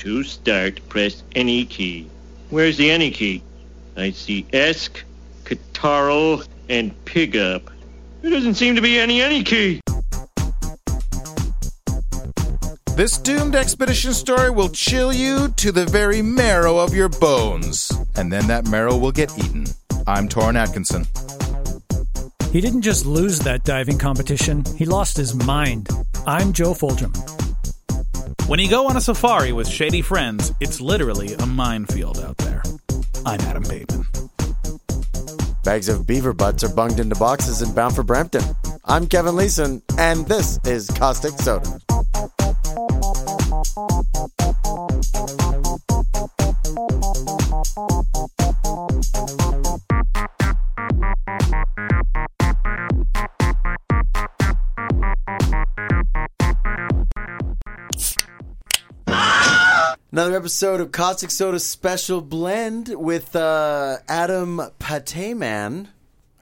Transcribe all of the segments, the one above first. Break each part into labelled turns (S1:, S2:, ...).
S1: To start, press any key. Where's the any key? I see Esk, Catarl, and Pigup. There doesn't seem to be any any key.
S2: This doomed expedition story will chill you to the very marrow of your bones, and then that marrow will get eaten. I'm Torrin Atkinson.
S3: He didn't just lose that diving competition, he lost his mind. I'm Joe Foldrum.
S4: When you go on a safari with shady friends, it's literally a minefield out there. I'm Adam Bateman.
S5: Bags of beaver butts are bunged into boxes and bound for Brampton. I'm Kevin Leeson, and this is Caustic Soda. Another episode of Caustic Soda Special Blend with uh, Adam Pateman.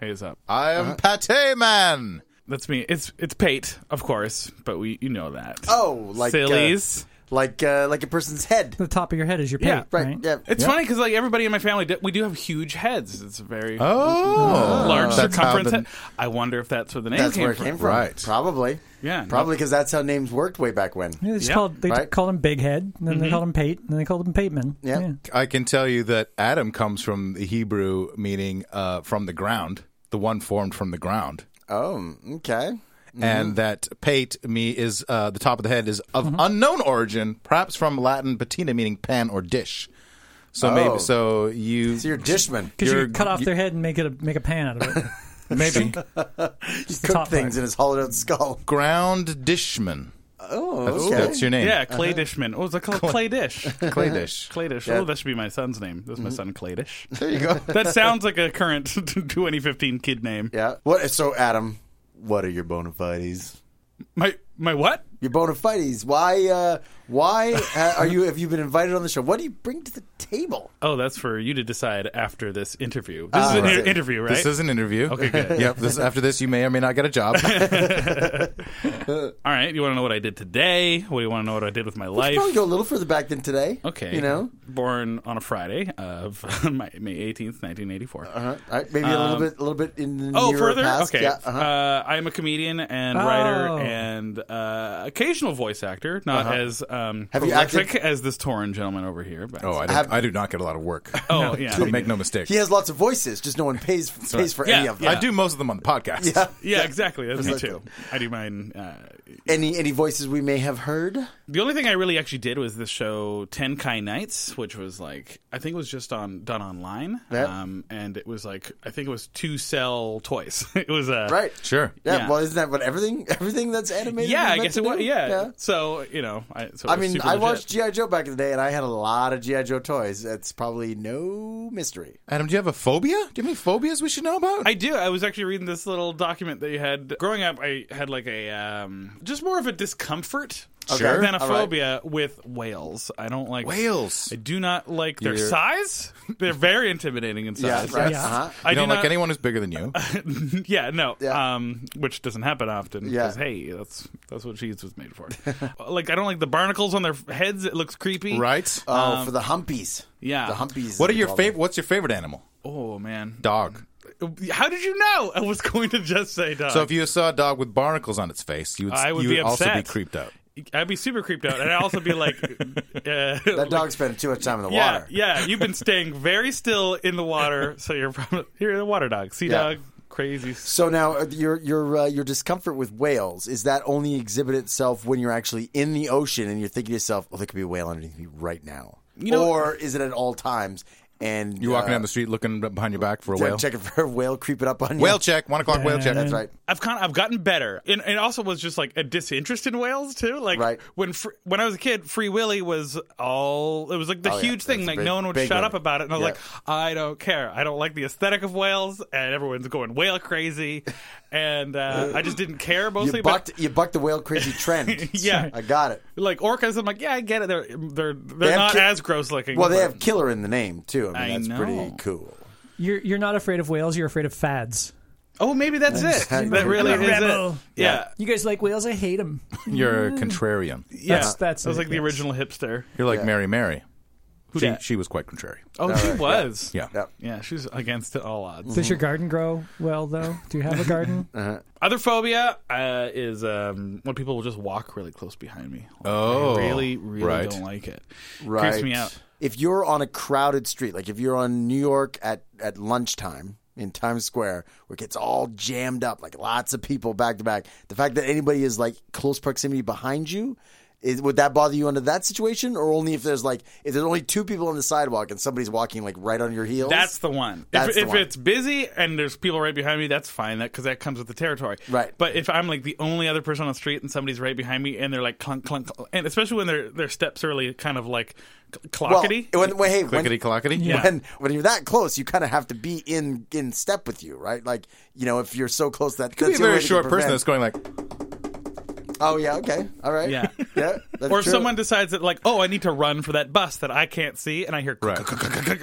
S4: Hey, is up?
S2: I
S5: Uh-huh.
S2: am Pate Man.
S4: That's me. It's it's Pate, of course, but we you know that.
S5: Oh, like uh,
S4: sillies.
S5: like uh, like a person's head.
S3: The top of your head is your pate,
S4: Yeah,
S5: Right.
S3: right?
S5: Yeah.
S4: it's funny 'cause funny because like everybody in my family, d- we do have huge heads. It's a very
S2: Oh,
S4: large
S2: That's how
S4: circumference.
S2: the-
S4: head. I wonder if that's where the name
S5: That's
S4: came
S5: where it
S4: from.
S5: came from.
S2: Right.
S5: Probably.
S4: Yeah, no.
S5: Probably because that's how names worked way back when.
S3: It's
S4: Yeah,
S3: called, they
S5: right. Mm-hmm.
S3: called him Big Head, and then they called him Pate, and then they called him Pateman.
S5: Yeah.
S2: I can tell you that Adam comes from the Hebrew meaning uh, from the ground, the one formed from the ground,
S5: Oh, okay.
S2: and that pate me is uh, the top of the head is of
S5: Mm-hmm.
S2: unknown origin, perhaps from Latin patina meaning pan or dish. So
S5: Oh.
S2: maybe so you
S5: So you're Dishman.
S3: Because you
S2: You're-
S3: could cut off
S2: you-
S3: their head and make it a, make a pan out of it.
S2: maybe
S5: You
S3: the
S5: cook
S3: top
S5: things
S3: part.
S5: in his hollowed out skull.
S2: ground dishman.
S5: Oh,
S2: That's,
S5: okay.
S2: that's your name.
S4: Yeah, Clay Dishman. What was it called? Clay Dish.
S2: Clay dish.
S4: Clay Dish.
S5: Uh-huh. Yeah. Mm-hmm.
S4: Oh, that should be my son's name. That's my son, Clay Dish.
S2: There you go.
S4: That sounds like a current 2015 kid name.
S5: Yeah. What? So, Adam, what are your bona fides?
S4: My my what?
S5: Your bona fides. Why? Uh, why uh, are you? Have you been invited on the show? What do you bring to the table?
S4: Oh, that's for you to decide after this interview. This
S5: Ah,
S4: is an
S5: right.
S4: inter- interview, right?
S2: This is an interview.
S4: Okay, good.
S2: yep. This, after this, you may or may not get a job.
S4: All right. You want to know what I did today? What do you want to know what I did with my
S5: You
S4: life?
S5: probably go a little further back than today.
S4: Okay.
S5: You know.
S4: born on a Friday of my, May 18th, 1984.
S5: Uh-huh. All right, maybe a little bit, a little bit in the
S4: Um, Oh,
S5: nearer
S4: further?
S5: past.
S4: Okay.
S5: Yeah. Uh-huh.
S4: Uh, I'm a comedian and
S3: Oh.
S4: writer and uh, occasional voice actor, not as um,
S5: Uh-huh. Have you
S4: prolific as this Torin gentleman over here. But
S2: Oh, I, don't,
S5: Have-
S2: I do not get a lot of work.
S4: Oh, yeah.
S2: Don't make no mistake.
S5: he has lots of voices, just no one pays pays for
S4: Yeah,
S5: any of
S4: yeah.
S5: them.
S2: I do most of them on the podcast.
S5: Yeah.
S4: Yeah, exactly. That's me
S5: Exactly.
S4: too. I do mine. Uh,
S5: Any any voices we may have heard?
S4: The only thing I really actually did was the show Ten Kai Nights, which was like I think it was just on done online,
S5: Yeah.
S4: um, and it was like I think it was to sell toys. it was uh,
S5: Right.
S2: Sure.
S5: Yeah,
S4: Yeah.
S5: Well, isn't that what everything everything that's animated?
S4: Yeah,
S5: is
S4: I
S5: meant
S4: guess
S5: to
S4: it was.
S5: do?
S4: Yeah. So you know, I, so it
S5: I
S4: was
S5: mean,
S4: super
S5: I
S4: legit.
S5: watched GI Joe back in the day, and I had a lot of GI Joe toys. That's probably no mystery.
S2: Adam, do you have a phobia? Do you have any phobias we should know about?
S4: I do. I was actually reading this little document that you had. Growing up, I had like a um, just more of a discomfort
S5: Sure.
S4: than a
S5: All right.
S4: phobia with whales. I don't like
S2: Whales.
S4: I do not like their
S2: You're-
S4: size. They're very intimidating in size.
S5: right.
S3: Yeah.
S5: Uh-huh.
S4: I
S2: you don't
S4: do
S2: like
S4: not- Uh,
S2: anyone who's bigger than you.
S4: yeah, no.
S5: Yeah.
S4: Um, which doesn't happen often.
S5: Yeah.
S4: 'cause, hey, that's that's what cheese was made for. like I don't like the barnacles on their heads. It looks creepy.
S2: right?
S5: Oh, for the humpies.
S4: Um, yeah.
S5: The humpies. is
S2: what are
S5: we
S2: your
S5: call them.
S2: favorite? What's your favorite animal?
S4: Oh man.
S2: Dog.
S4: How did you know? I was going to just say dog.
S2: So if you saw a dog with barnacles on its face, you would,
S4: Uh, I would
S2: you
S4: be
S2: would also be
S4: upset.
S2: creeped out.
S4: I'd be super creeped out, and I'd also be like, uh,
S5: That dog spent too much time in the
S4: yeah,
S5: water.
S4: yeah. You've been staying very still in the water, so you're probably you're a water dog, sea
S5: Yeah.
S4: dog, crazy.
S5: So now uh, your your uh, your discomfort with whales is that only exhibit itself when you're actually in the ocean and you're thinking to yourself, "Oh, there could be a whale underneath me right now,"
S4: know-
S5: or is it at all times? And
S2: You're walking
S5: uh,
S2: down the street looking behind your back for a
S5: yeah,
S2: whale.
S5: checking for a whale creeping up on you.
S2: Whale check. One o'clock whale check.
S5: That's right.
S4: I've kind of, I've gotten better, and it also was just like a disinterest in whales too. Like
S5: Right.
S4: when fr- when I was a kid, Free Willy was all it was like the
S5: Oh, yeah.
S4: huge
S5: That's
S4: thing.
S5: a
S4: Like
S5: big-
S4: no one would
S5: big
S4: shut
S5: one.
S4: up about it, and I was
S5: Yeah.
S4: like, I don't care. I don't like the aesthetic of whales, and everyone's going whale crazy, and uh, I just didn't care mostly.
S5: You
S4: about
S5: bucked you bucked the whale crazy trend.
S4: Yeah.
S5: I got it.
S4: like orcas, I'm like, yeah, I get it. They're they're they're
S5: have
S4: not
S5: ki-
S4: as gross looking.
S5: Well, they
S4: but-
S5: have killer in the name too. I mean,
S4: I
S5: that's
S4: know.
S5: pretty cool.
S3: You're, you're not afraid of whales, you're afraid of fads.
S4: Oh, maybe that's it.
S5: Maybe
S4: That really
S5: that's
S4: is it. Yeah.
S3: Rebel. You guys like whales? I hate them.
S2: You're a
S4: Mm.
S2: contrarian.
S4: Yeah.
S3: That's- that's
S4: that was
S3: it,
S4: like the
S3: yes.
S4: original hipster.
S2: You're like Mary Mary. She,
S4: dat?
S2: she was quite contrary.
S5: Uh,
S4: Oh, she was.
S2: Yeah.
S5: Yep.
S4: Yeah, she's against it all odds.
S3: Does your garden grow well, though? Do you have a garden?
S5: Uh,
S4: Other phobia uh, is um, when people will just walk really close behind me. Like,
S2: Oh,
S4: I really, really
S2: right.
S4: don't like it.
S5: Right.
S4: Creeps me out.
S5: If you're on a crowded street, like if you're on New York at, at lunchtime in Times Square, where it gets all jammed up, like lots of people back to back, the fact that anybody is like close proximity behind you, is, would that bother you under that situation, or only if there's like if there's only two people on the sidewalk and somebody's walking like right on your heels?
S4: That's the one.
S5: That's
S4: if
S5: the
S4: if
S5: one.
S4: it's busy and there's people right behind me, that's fine. That because that comes with the territory.
S5: Right.
S4: But if I'm like the only other person on the street and somebody's right behind me and they're like clunk clunk, clunk and especially when their their steps are really kind of like cl-
S5: well,
S4: clockety.
S5: when, when, hey, when,
S2: Clickety clockety.
S4: Yeah.
S5: when when you're that close, you kind of have to be in in step with you, right? Like you know, if you're so close, that
S2: Could be a
S5: that's the only
S2: very
S5: way to
S2: short person
S5: prevent-
S2: that's going like,
S5: Oh yeah, okay, all right,
S4: Yeah.
S5: yeah. that's
S4: or if
S5: true.
S4: someone decides that like, oh, I need to run for that bus that I can't see, and I hear
S2: Right.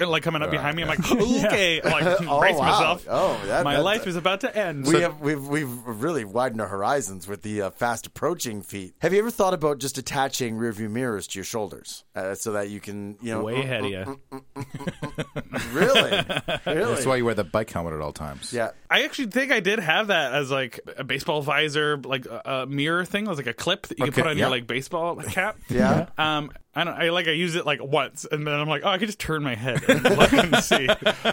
S4: like coming up behind me. I'm like, okay, I'm like
S5: Oh,
S4: brace
S5: wow.
S4: myself.
S5: Oh, that-
S4: my
S5: that-
S4: life is about to end.
S5: We have we've we've really widened our horizons with the uh, fast approaching feat. Have you ever thought about just attaching rearview mirrors to your shoulders uh, so that you can you know
S4: way ahead of you.
S5: really really
S2: that's why you wear the bike helmet at all times.
S5: yeah
S4: I actually think I did have that as like a baseball visor, like a, a mirror thing. It was like a clip that you
S2: Okay,
S4: could put on
S2: yeah.
S4: your like baseball cap.
S5: Yeah.
S4: Um. I don't. I like. I used it like once, and then I'm like, oh, I could just turn my head and look and see.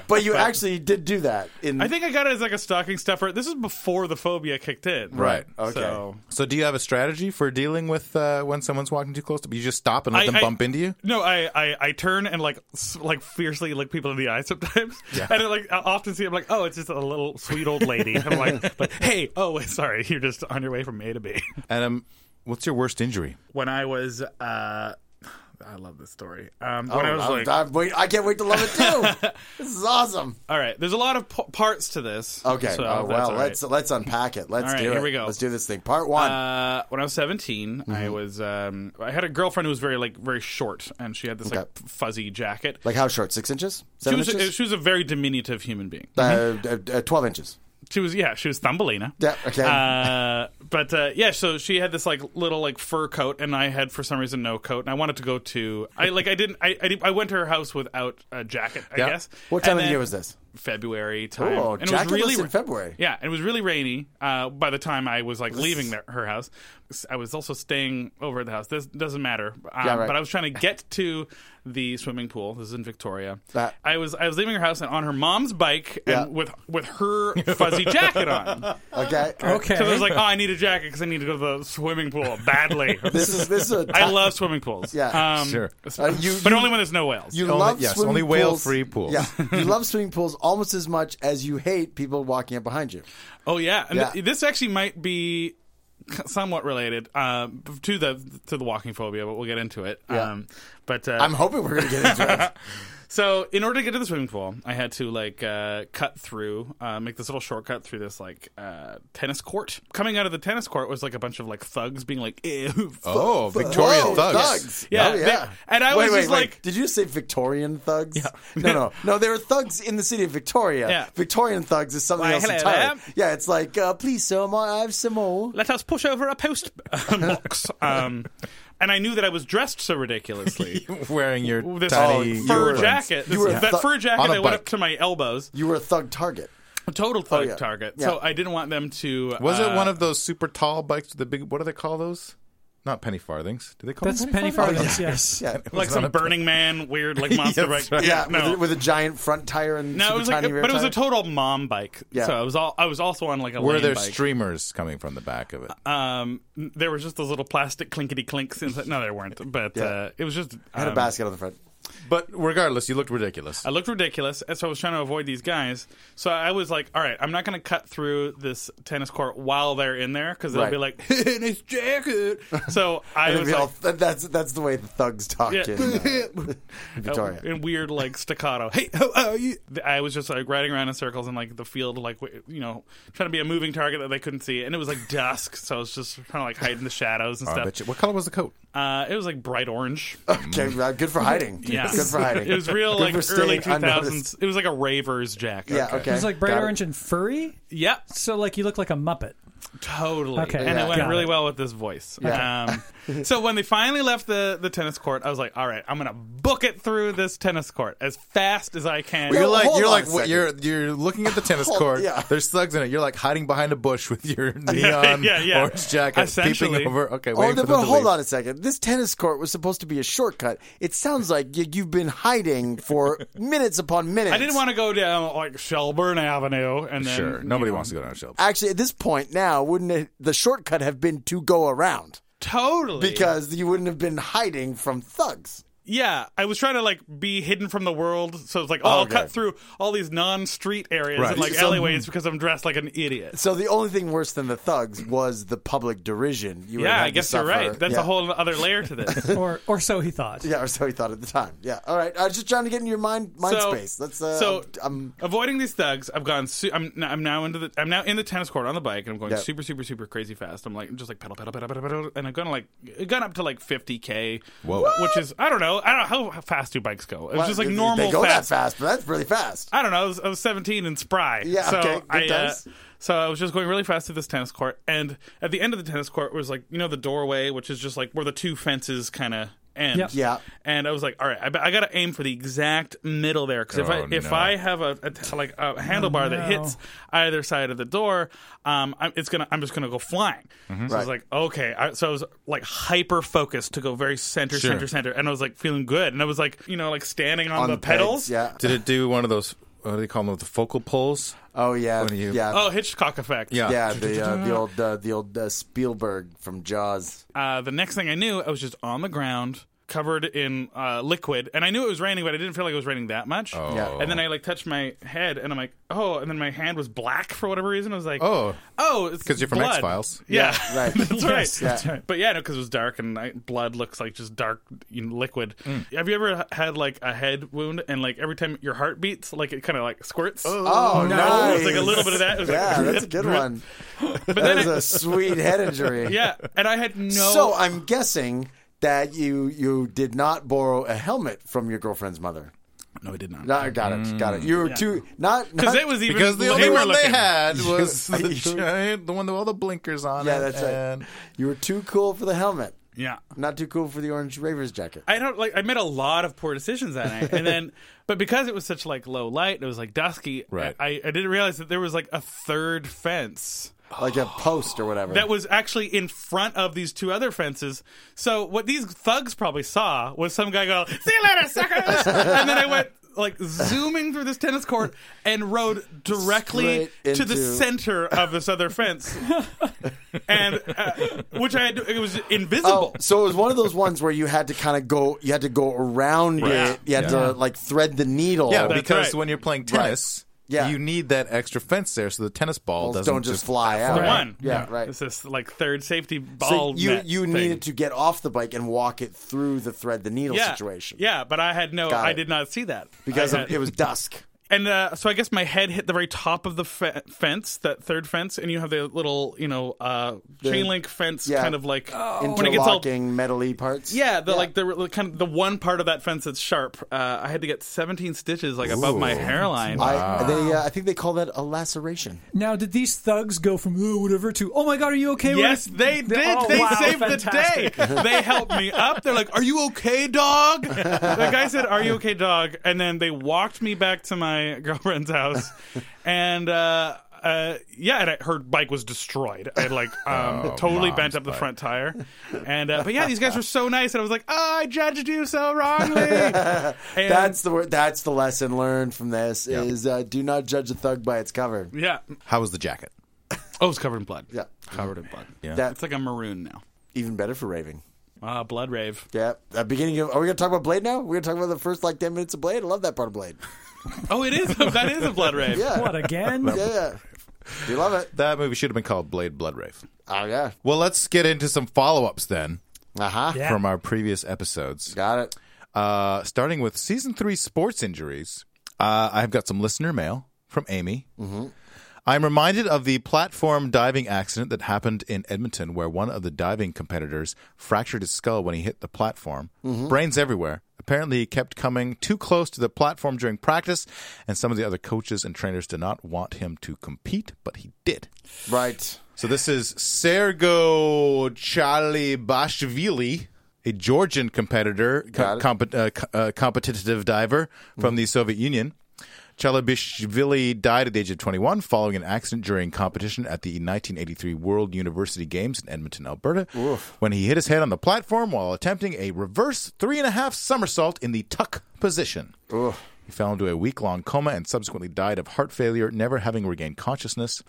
S5: but you actually did do that in
S4: I think I got it as like a stocking stuffer. This is before the phobia kicked in.
S2: Right.
S5: okay
S4: So.
S2: So, do you have a strategy for dealing with uh, when someone's walking too close to you? Just stop and let
S4: I-
S2: them
S4: I-
S2: bump into you.
S4: No, I, I, I turn and like s- like fiercely look people in the eye sometimes, and I, like I often see I'm like, oh, it's just a little sweet old lady. I'm like, like, hey, oh, sorry, you're just on your way from A to B.
S2: Adam, um, what's your worst injury?
S4: When I was, uh, I love this story. Um, when I was
S5: Oh, I'm-
S4: like,
S5: I'm wait- I can't wait to love it too this is awesome
S4: all right, there's a lot of p- parts to this.
S5: okay
S4: so
S5: uh,
S4: that's
S5: well
S4: all right.
S5: let's let's unpack it let's
S4: All right,
S5: do it
S4: here we go.
S5: let's do this thing part one
S4: Uh, when I was 17, I
S5: Mm-hmm.
S4: was um, I had a girlfriend who was very like very short, and she had this like
S5: Okay.
S4: f- fuzzy jacket.
S5: like how short six inches
S4: she
S5: seven
S4: was
S5: inches
S4: she was a very diminutive human being.
S5: uh, uh, uh, twelve inches
S4: She was yeah, she was Thumbelina.
S5: yeah okay
S4: Uh, but uh, yeah, so she had this like little like fur coat, and I had for some reason no coat, and I wanted to go to I like I didn't I I, did- I went to her house without a jacket, I
S2: Yeah.
S4: guess.
S5: what time
S4: And
S5: of the
S4: then
S5: year was this
S4: February time.
S5: Oh,
S4: and it was
S5: jacketless
S4: really
S5: in February.
S4: Yeah, and it was really rainy. Uh, by the time I was like leaving their, her house, I was also staying over at the house. This doesn't matter. Um,
S5: Yeah, right.
S4: But I was trying to get to the swimming pool. This is in Victoria.
S5: Ah.
S4: I was I was leaving her house and on her mom's bike
S5: Yeah.
S4: and with with her fuzzy jacket on.
S5: okay
S3: Okay.
S4: So I was like, oh, I need a jacket because I need to go to the swimming pool badly.
S5: this is this is a
S4: I love swimming pools.
S5: Yeah.
S4: um,
S2: Sure.
S5: Uh, you-
S4: but
S5: you-
S4: only when there's no whales.
S5: You
S2: Only-
S5: love
S2: yes,
S5: swimming
S2: only
S5: pools.
S2: whale-free pools.
S5: Yeah, you love swimming pools almost as much as you hate people walking up behind you.
S4: oh yeah, and
S5: Yeah.
S4: th- this actually might be somewhat related um, to the to the walking phobia, but we'll get into it.
S5: Yeah.
S4: Um, but uh,
S5: I'm hoping we're going to get into it.
S4: So in order to get to the swimming pool, I had to like uh, cut through, uh, make this little shortcut through this like uh, tennis court. Coming out of the tennis court was like a bunch of like thugs being like, "Ew, fuck."
S2: Oh, Victorian
S5: Whoa,
S2: thugs.
S4: Yeah,
S5: oh,
S4: they-
S5: yeah.
S4: and I
S5: wait,
S4: was
S5: wait,
S4: just
S5: wait.
S4: like-
S5: did you say Victorian thugs? No, no, no. There were thugs in the city of Victoria.
S4: Yeah.
S5: Victorian thugs is something
S4: Why,
S5: else
S4: hello
S5: entirely.
S4: there.
S5: Yeah, it's like uh, please, sir, may I have some more?
S4: let us push over a post uh, box." Um, and I knew that I was dressed so ridiculously.
S2: Wearing your
S4: This
S2: tiny
S5: you
S4: fur
S5: were-
S4: jacket, Uh, this,
S5: you were
S4: that
S5: thu-
S4: fur jacket
S2: on a
S4: that went up
S2: bike.
S4: to my elbows,
S5: You were a thug target.
S4: total thug
S5: Oh, yeah.
S4: target.
S5: Yeah.
S4: So I didn't want them to.
S2: Was
S4: uh,
S2: it one of those super tall bikes with the big? What do they call those? Not penny farthings. Do they call
S3: That's
S2: them
S3: penny farthings. Yes.
S5: Oh, Yeah,
S4: like some Burning Man weird like monster
S2: Yes,
S4: bike?
S2: right.
S5: yeah,
S4: no.
S5: with, a, with a giant front tire and
S4: No,
S5: super
S4: it was like,
S5: tiny rear
S4: but it was a
S5: tire.
S4: total mom bike.
S5: Yeah.
S4: So I was all, I was also on like a
S2: Were
S4: lane
S2: there
S4: bike.
S2: streamers coming from the back of it?
S4: um, there was just those little plastic clinkety clinks inside. No, there weren't. But uh, it was just
S5: had a
S4: um,
S5: basket on the front.
S2: but regardless, you looked ridiculous.
S4: I looked ridiculous, and so I was trying to avoid these guys. So I was like, all right, I'm not going to cut through this tennis court while they're in there because they'll
S5: Right.
S4: be like, nice jacket. So I
S5: And it'd
S4: was
S5: be
S4: like,
S5: all- that- that's that's the way the thugs talk
S4: Yeah. Oh,
S5: in, uh, in Victoria.
S4: in weird like staccato. Hey, how are you? I was just like riding around in circles in like the field, like w- you know, trying to be a moving target that they couldn't see, and it was like dusk, so I was just kind of like hiding the shadows and
S2: Oh, I
S4: stuff.
S2: bet you- What color was the coat?
S4: Uh, it was like bright orange.
S5: Okay, uh, good for hiding.
S4: Yeah.
S5: good for hiding.
S4: It was real
S5: Good
S4: like
S5: for
S4: early
S5: staying
S4: two thousands.
S5: unnoticed.
S4: It was like a raver's jacket.
S5: Yeah, okay.
S3: It was like bright
S5: Got it.
S3: orange and furry.
S4: Yeah,
S3: So like you look like a muppet.
S4: totally.
S3: Okay.
S4: and
S5: Yeah.
S4: it went
S3: Got
S4: really
S3: it.
S4: well with this voice.
S5: Yeah.
S4: Um, so when they finally left the, the tennis court, I was like, "All right, I'm gonna book it through this tennis court as fast as I can."
S2: You're like
S5: hold
S2: you're
S5: on
S2: like
S5: a second.
S2: you're you're looking at the tennis court.
S5: yeah.
S2: There's slugs in it. You're like hiding behind a bush with your neon
S4: yeah, yeah.
S2: orange jacket,
S4: Essentially.
S2: peeping over. Okay,
S5: Oh,
S2: waiting
S5: the,
S2: for them
S5: but
S2: to
S5: hold
S2: leave.
S5: on a second. This tennis court was supposed to be a shortcut. It sounds like you, you've been hiding for minutes upon minutes.
S4: I didn't want to go down like Shelburne Avenue, and then
S2: Sure, nobody wants to go down a shelf.
S5: Actually, at this point now, wouldn't it, the shortcut have been to go around?
S4: totally
S5: Because you wouldn't have been hiding from thugs.
S4: Yeah, I was trying to like be hidden from the world, so it's like, oh, I'll
S5: okay.
S4: cut through all these non-street areas
S2: Right.
S4: and like
S2: So-
S4: alleyways because I'm dressed like an idiot.
S5: So the only thing worse than the thugs was the public derision. You would have
S4: Yeah,
S5: had
S4: I
S5: to
S4: guess you're
S5: suffer.
S4: right. That's
S5: yeah.
S4: a whole other layer to this.
S3: or or so he thought.
S5: Yeah, or so he thought at the time. Yeah. All right. I was just trying to get in your mind mind space. That's uh,
S4: so
S5: I'm,
S4: avoiding these thugs. I've gone. Su- I'm, n- I'm now into the. I'm now in the tennis court on the bike, and I'm going
S5: Yeah.
S4: super, super, super crazy fast. I'm like I'm just like pedal, pedal, pedal, pedal, pedal, and I've gone like gone up to like 50k,
S2: Whoa.
S4: which is I don't know. I don't know how fast do bikes go. It's
S5: I'm
S4: just like
S5: they-
S4: normal
S5: They go
S4: fast.
S5: that fast, but that's really fast.
S4: I don't know. I was, I was 17 and spry.
S5: Yeah,
S4: so
S5: okay, good
S4: I, uh,
S5: times.
S4: so I was just going really fast through this tennis court, and at the end of the tennis court was like you know the doorway, which is just like where the two fences kind of end.
S3: Yep.
S5: Yeah.
S4: And I was like, all right, I, be- I got to aim for the exact middle there because if I
S2: Oh,
S4: if
S2: no.
S4: I have a, a t- like a handlebar that
S3: Oh, no.
S4: hits either side of the door, um, I'm, it's gonna I'm just gonna go flying.
S2: Mm-hmm.
S4: So I was
S5: Right.
S4: like, okay. I, so I was like hyper focused to go very center,
S2: Sure.
S4: center, center, and I was like feeling good, and I was like you know like standing on,
S5: On
S4: the,
S5: the pegs,
S4: pedals,
S5: Yeah.
S2: Did it do one of those? What do they call them? The focal poles?
S5: Oh yeah.
S2: What are you-
S5: Yeah.
S4: Oh, Hitchcock effect.
S2: Uh, Yeah.
S5: Yeah, the uh, the old uh, the old uh, Spielberg from Jaws.
S4: Uh, the next thing I knew, I was just on the ground, covered in uh, liquid, and I knew it was raining, but I didn't feel like it was raining that much. Oh.
S5: Yeah.
S4: And then I like touched my head, and I'm like, oh. And then my hand was black for whatever reason. I was like,
S2: Oh,
S4: oh, it's
S2: 'Cause you're from
S4: blood.
S2: X-Files.
S4: Yeah,
S5: right.
S4: that's right.
S3: Yes, that's right.
S4: But yeah, no, because it was dark and I, blood looks like just dark you know, liquid.
S2: Mm.
S4: Have you ever had like a head wound and like every time your heart beats, like it kind of like squirts?
S5: Oh, nice.
S4: It was like a little bit of that. It was like-
S5: yeah, that's a good one.
S4: But
S5: That
S4: then
S5: is
S4: I-
S5: a sweet head injury.
S4: yeah, and I had no.
S5: So I'm guessing that you you did not borrow a helmet from your girlfriend's mother.
S4: no, I did not.
S5: No, I got it, got it. You
S4: Mm.
S5: were too not
S4: Because
S5: not.
S4: it was even
S2: because the
S4: they
S2: only
S4: were
S2: one they
S4: looking.
S2: had was the
S5: You-
S2: giant, the one with all the blinkers on
S5: yeah,
S2: it.
S5: that's
S2: and-
S4: Oh,
S5: right. You were too cool for the helmet,
S4: Yeah.
S5: not too cool for the orange Ravers jacket.
S4: I don't like. I made a lot of poor decisions that night, and then, but because it was such like low light, it was like dusky.
S2: Right.
S4: I, I didn't realize that there was like a third fence
S5: like a post or whatever.
S4: that was actually in front of these two other fences. So what these thugs probably saw was some guy go, "See you later, suckers," and then I went like zooming through this tennis court and rode directly
S5: Straight
S4: to the
S5: into-
S4: center of this other fence, and uh, which I had to, it was invisible.
S5: Oh, so it was one of those ones where you had to kind of go, you had to go around it, you had
S2: Yeah.
S5: to like thread the needle.
S2: Yeah,
S4: That's
S2: because
S4: right.
S2: when you're playing tennis,
S5: Yeah.
S2: you need that extra fence there so the tennis ball
S5: Balls
S2: doesn't
S5: don't just fly out.
S4: The
S5: Right.
S4: one.
S5: Yeah, right.
S4: It's this like third safety
S5: So
S4: ball.
S5: you
S4: net
S5: you
S4: thing.
S5: needed to get off the bike and walk it through the thread the needle
S4: yeah,
S5: situation.
S4: Yeah, but I had no.
S5: Got
S4: I
S5: it.
S4: did not see that
S5: because
S4: I
S5: of,
S4: had-
S5: it was dusk.
S4: And uh, so I guess my head hit the very top of the fe- fence, that third fence, and you have the little, you know, uh, chain link fence,
S5: yeah.
S4: kind of like when it gets all
S5: Interlocking metally parts.
S4: Yeah, the like the the kind of the one part of that fence that's sharp. Uh, I had to get 17 stitches like above my hairline.
S5: I, they, uh, I think they call that a laceration.
S3: Now, did these thugs go from ooh whatever to oh my god, are you okay?
S4: Yes,
S3: with
S4: they did.
S3: Oh,
S4: they
S3: wow,
S4: saved
S3: fantastic.
S4: the day. They helped me up. They're like, "Are you okay, dog?" The guy said, "Are you okay, dog?" And then they walked me back to my girlfriend's house, and uh, uh, yeah, and I, her bike was destroyed. I had, like um, totally
S2: mom's
S4: bent up the
S2: bike.
S4: front tire, and uh, but yeah, these guys were so nice, and I was like, "Oh, I judged you so wrongly." And-
S5: That's the word. That's the lesson learned from this: is uh, do not judge a thug by its cover.
S4: yeah.
S2: How was the jacket?
S4: Oh, it's covered in blood.
S5: Yeah.
S4: covered in blood. Yeah,
S5: That
S4: it's like a maroon now.
S5: even better for raving.
S4: Ah, blood rave.
S5: Yeah, uh, beginning of. Are we gonna talk about Blade now? We're gonna talk about the first like ten minutes of Blade. I love that part of Blade.
S4: Oh, it is. That is a blood rave.
S5: Yeah,
S3: What again?
S5: yeah, yeah. You love it.
S2: That movie should have been called Blade Blood Wraith.
S5: Oh yeah.
S2: Well, let's get into some follow ups then
S5: Uh huh.
S3: Yeah.
S2: from our previous episodes.
S5: Got it.
S2: Uh, starting with season three sports injuries, uh, I've got some listener mail from Amy. I'm reminded of the platform diving accident that happened in Edmonton, where one of the diving competitors fractured his skull when he hit the platform. Brains everywhere. Apparently, he kept coming too close to the platform during practice, and some of the other coaches and trainers did not want him to compete, but he did.
S5: Right.
S2: So this is Sergo Chalibashvili, a Georgian competitor,
S5: Got
S2: co-
S5: it.
S2: compet- uh, co- uh, competitive diver from the Soviet Union. Chalibashvili died at the age of 21 following an accident during competition at the 1983 World University Games in Edmonton, Alberta, when he hit his head on the platform while attempting a reverse three and a half somersault in the tuck position. He fell into a week long coma and subsequently died of heart failure, never having regained consciousness.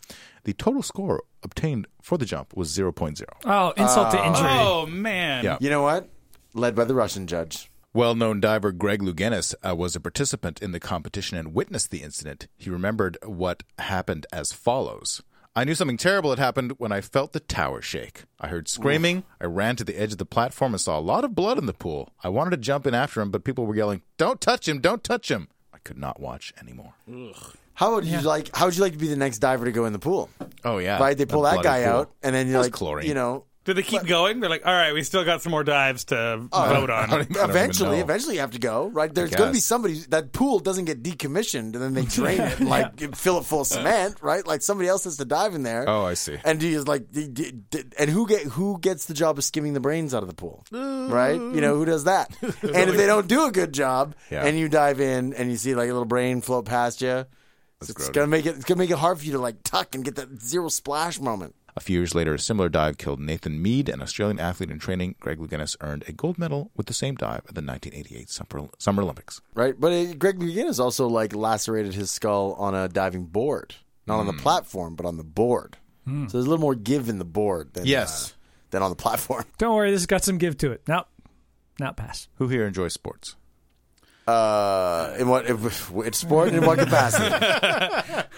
S2: The total score obtained for the jump was 0.0.
S3: Oh, insult
S5: uh,
S3: to injury.
S4: Oh man.
S2: Yeah.
S5: You know what? Led by the Russian judge.
S2: Well known diver Greg Louganis uh, was a participant in the competition and witnessed the incident. He remembered what happened as follows I knew something terrible had happened when I felt the tower shake. I heard screaming. I ran to the edge of the platform and saw a lot of blood in the pool. I wanted to jump in after him, but people were yelling, Don't touch him! Don't touch him! I could not watch anymore.
S5: How would you like? How would you like to be the next diver to go in the pool?
S2: Oh, yeah.
S5: right? They
S2: The
S5: pull that
S2: bloody
S5: guy
S2: pool.
S5: out, and then you're
S2: That's
S5: like,
S2: chlorine.
S5: you know,
S4: Did they keep going? They're like, all right, we still got some more dives to vote
S2: I don't
S4: on.
S2: even- I don't even
S5: eventually,
S2: know.
S5: eventually you have to go. Right? There's going to be
S2: guess.
S5: somebody that pool doesn't get decommissioned, and then they drain it, like fill it full of cement. Right? Like somebody else has to dive in there.
S2: Oh, I see.
S5: And do you like? d- d- d- And who get who gets the job of skimming the brains out of the pool? Right? You know who does that? and if they don't do a good job,
S2: Yeah.
S5: and you dive in and you see like a little brain float past you. It's
S2: gross.
S5: gonna make it. It's gonna make it hard for you to like tuck and get that zero splash moment.
S2: A few years later, a similar dive killed Nathan Mead, an Australian athlete in training. Greg Louganis earned a gold medal with the same dive at the 1988 Summer, Summer Olympics.
S5: right? But uh Greg McGinnis also like lacerated his skull on a diving board, not
S2: Hmm.
S5: on the platform, but on the board. So there's a little more give in the board than
S2: Yes.
S5: uh, than on the platform.
S3: Don't worry, this has got some give to it. No, not pass.
S2: Who here enjoys sports?
S5: Uh, in what if, it's sport in what capacity?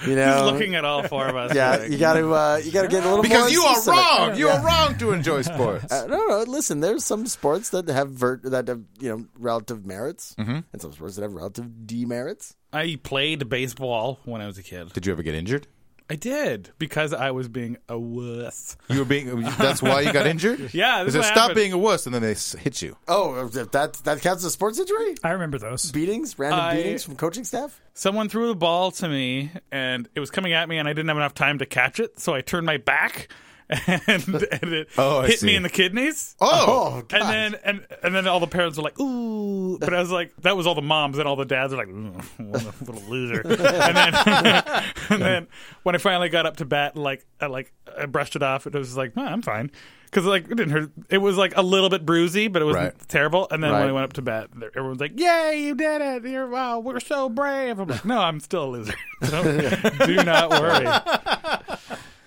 S5: you know,
S4: Looking at all four of us.
S5: yeah,
S4: like,
S5: you got to uh, you got to get a little more
S2: Because you are
S5: specific.
S2: wrong. You are wrong to enjoy sports.
S5: Uh, No, no. Listen, there's some sports that have vert, that have you know relative merits,
S2: Mm-hmm.
S5: and some sports that have relative demerits.
S4: I played baseball when I was a kid.
S2: Did you ever get injured?
S4: I did because I was being a wuss.
S2: You were being. That's why you got injured.
S4: Yeah,
S2: They
S4: this is
S2: said,
S4: what
S2: stop
S4: happened."
S2: being a wuss, and then they s- hit you.
S5: Oh, that that counts as a sports injury?
S3: I remember those.
S5: Beatings, random
S4: I-
S5: beatings from coaching staff.
S4: Someone threw the ball to me and it was coming at me and I didn't have enough time to catch it, so I turned my back and, and it
S2: Oh, I
S4: hit
S2: see.
S4: me in the kidneys.
S2: Oh,
S4: And then and and then all the parents were like, "Ooh!" But I was like, "That was all the moms." And all the dads were like, "Ugh, "What a little loser." And then, and then when I finally got up to bat, like I like I brushed it off. It was like, "No, I'm fine," because like it didn't hurt. It was like a little bit bruisy, but it wasn't
S2: Right.
S4: terrible. And then
S5: Right.
S4: when I went up to bat, there- everyone was like, "Yay, you did it! You're wow, we're so brave." I'm like, "No, I'm still a loser. Don't- do not worry."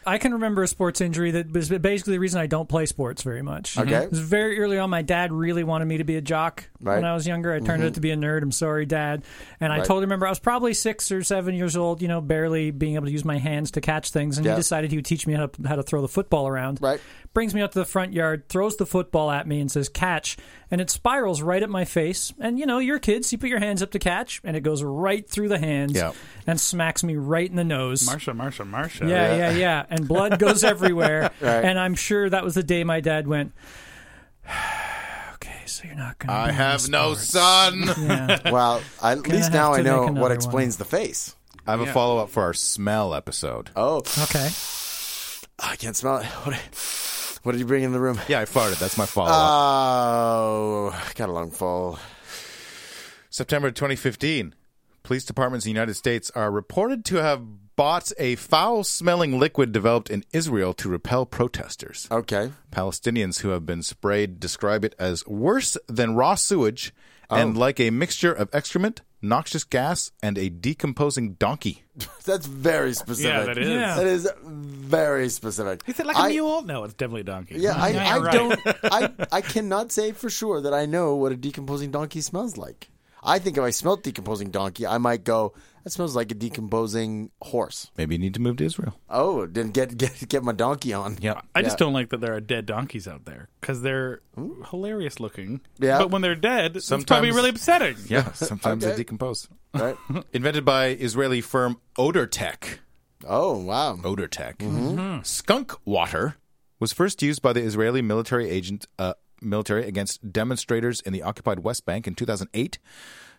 S3: I can remember a sports injury that was basically the reason I don't play sports very much.
S5: Okay.
S3: It was very early on. My dad really wanted me to be a jock
S5: Right. Mm-hmm.
S3: when I was younger. I turned out to be a nerd. I'm sorry, Dad. And I totally remember I was probably six or seven years old, you know, barely being able to use my hands to catch things. And
S5: Yeah.
S3: he decided he would teach me how to, how to throw the football around.
S5: Right.
S3: Brings me out to the front yard, throws the football at me, and says, catch. And it spirals right at my face. And, you know, you're kids, you put your hands up to catch, and it goes right through the hands
S2: Yeah.
S3: and smacks me right in the nose.
S4: Marsha, Marsha, Marsha.
S3: Yeah, yeah, yeah. And blood goes everywhere.
S5: Right.
S3: And I'm sure that was the day my dad went, okay, so you're not going to.
S2: I have no son.
S5: Well, I- at least
S3: have
S5: now I
S3: to
S5: know
S3: make
S5: what
S3: another
S5: explains the face.
S2: I have a follow up for our smell episode.
S5: Oh,
S3: Okay.
S5: I can't smell it. What, what did you bring in the room?
S2: Yeah, I farted. That's
S5: Uh,
S2: my follow
S4: Uh,
S2: up.
S5: Oh, I got a long fall.
S2: September 2015, police departments in the United States are reported to have bought a foul smelling liquid developed in Israel to repel protesters.
S5: Okay.
S2: Palestinians who have been sprayed describe it as worse than raw sewage and
S5: Oh.
S2: like a mixture of excrement, noxious gas, and a decomposing donkey.
S5: That's very specific.
S4: Yeah, that is.
S3: Yeah.
S5: That is very specific.
S4: Is it like a
S5: I-
S4: mule? No, it's definitely a donkey.
S5: Yeah, I,
S4: you're
S5: I
S4: right.
S5: don't. I, I cannot say for sure that I know what a decomposing donkey smells like. I think if I smelled decomposing donkey, I might go, that smells like a decomposing horse.
S2: Maybe you need to move to Israel.
S5: Oh, didn't get get get my donkey on.
S2: Yeah.
S4: I just don't like that there are dead donkeys out there because they're hilarious looking.
S5: Yeah.
S4: But when they're dead, it's probably
S2: Sometimes-
S4: really upsetting.
S2: Yeah, sometimes
S5: Okay.
S2: they decompose.
S5: Right?
S2: Invented by Israeli firm Odortech.
S5: Oh wow.
S2: odor tech. Skunk water was first used by the Israeli military agent uh, military against demonstrators in the occupied West Bank in 2008.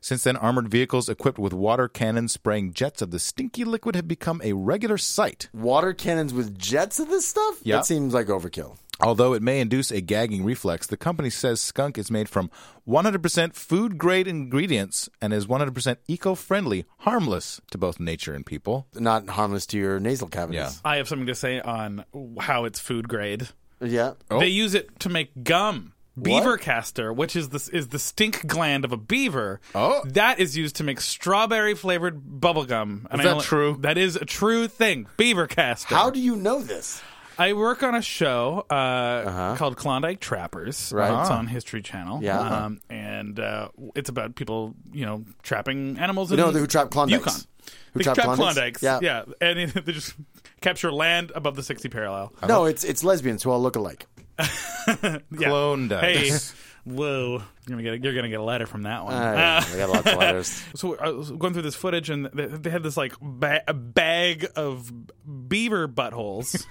S2: Since then, armored vehicles equipped with water cannons spraying jets of the stinky liquid have become a regular sight.
S5: Water cannons with jets of this stuff?
S2: Yeah.
S5: That seems like overkill.
S2: Although it may induce a gagging reflex, the company says skunk is made from 100% food grade ingredients and is 100% eco friendly, harmless to both nature and people.
S5: Not harmless to your nasal cavities.
S4: I have something to say on how it's food grade.
S5: Yeah.
S2: Oh.
S4: They use it to make gum. Beaver caster, which is the is the stink gland of a beaver,
S2: Oh.
S4: that is used to make strawberry flavored bubblegum. Is
S2: that true?
S4: That is a true thing. Beaver caster.
S5: How do you know this?
S4: I work on a show uh, called Klondike Trappers.
S5: Uh-huh.
S4: Uh-huh.
S5: Right. Uh-huh.
S4: It's on History Channel.
S5: Yeah.
S4: Um, and uh, it's about people, you know, trapping animals. in
S5: No, who trap Klondikes.
S4: Yukon.
S5: Who
S4: They
S5: trap Klondikes?
S4: Yeah.
S5: Yeah.
S4: Yeah. And it- they just capture land above the 60 parallel.
S5: No, it's it's lesbians who all look alike.
S4: Yeah.
S2: Klondikes.
S4: Hey. Whoa. You're going to get you're gonna get a letter from that one.
S5: All
S4: Uh,
S5: right, we got lots of letters.
S4: so I was going through this footage, and they, they had this like ba- a bag of beaver buttholes,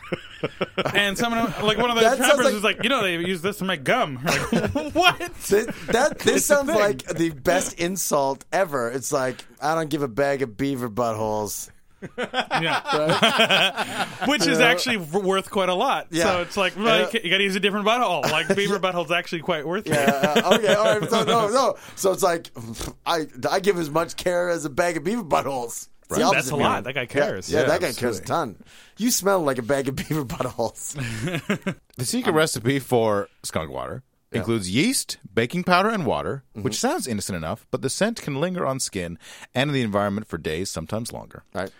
S4: and someone like one of the
S5: That sounds
S4: trappers
S5: like-
S4: was like, you know, they use this to make gum. We're like, what?
S5: This, that this
S4: a
S5: sounds
S4: thing.
S5: like the best insult ever. It's like I don't give a bag of beaver buttholes.
S4: Yeah. Which is actually w- worth quite a lot. So
S5: Yeah. Uh,
S4: it's like well, you ca- you got to use a different butthole. Like beaver butthole's actually quite worth it.
S5: Yeah, uh, okay, all right. So, no, no. So it's like I I give as much care as a bag of beaver buttholes. It's the
S4: That's
S5: opposite
S4: a lot.
S5: meaning.
S4: That guy
S5: Yeah,
S4: cares.
S5: Yeah,
S4: Yeah,
S5: that guy cares a ton. You smell like a bag of beaver buttholes.
S2: The secret recipe for skunk water includes yeast, baking powder, and water, which sounds innocent enough, but the scent can linger on skin and in the environment for days, sometimes longer.
S5: right.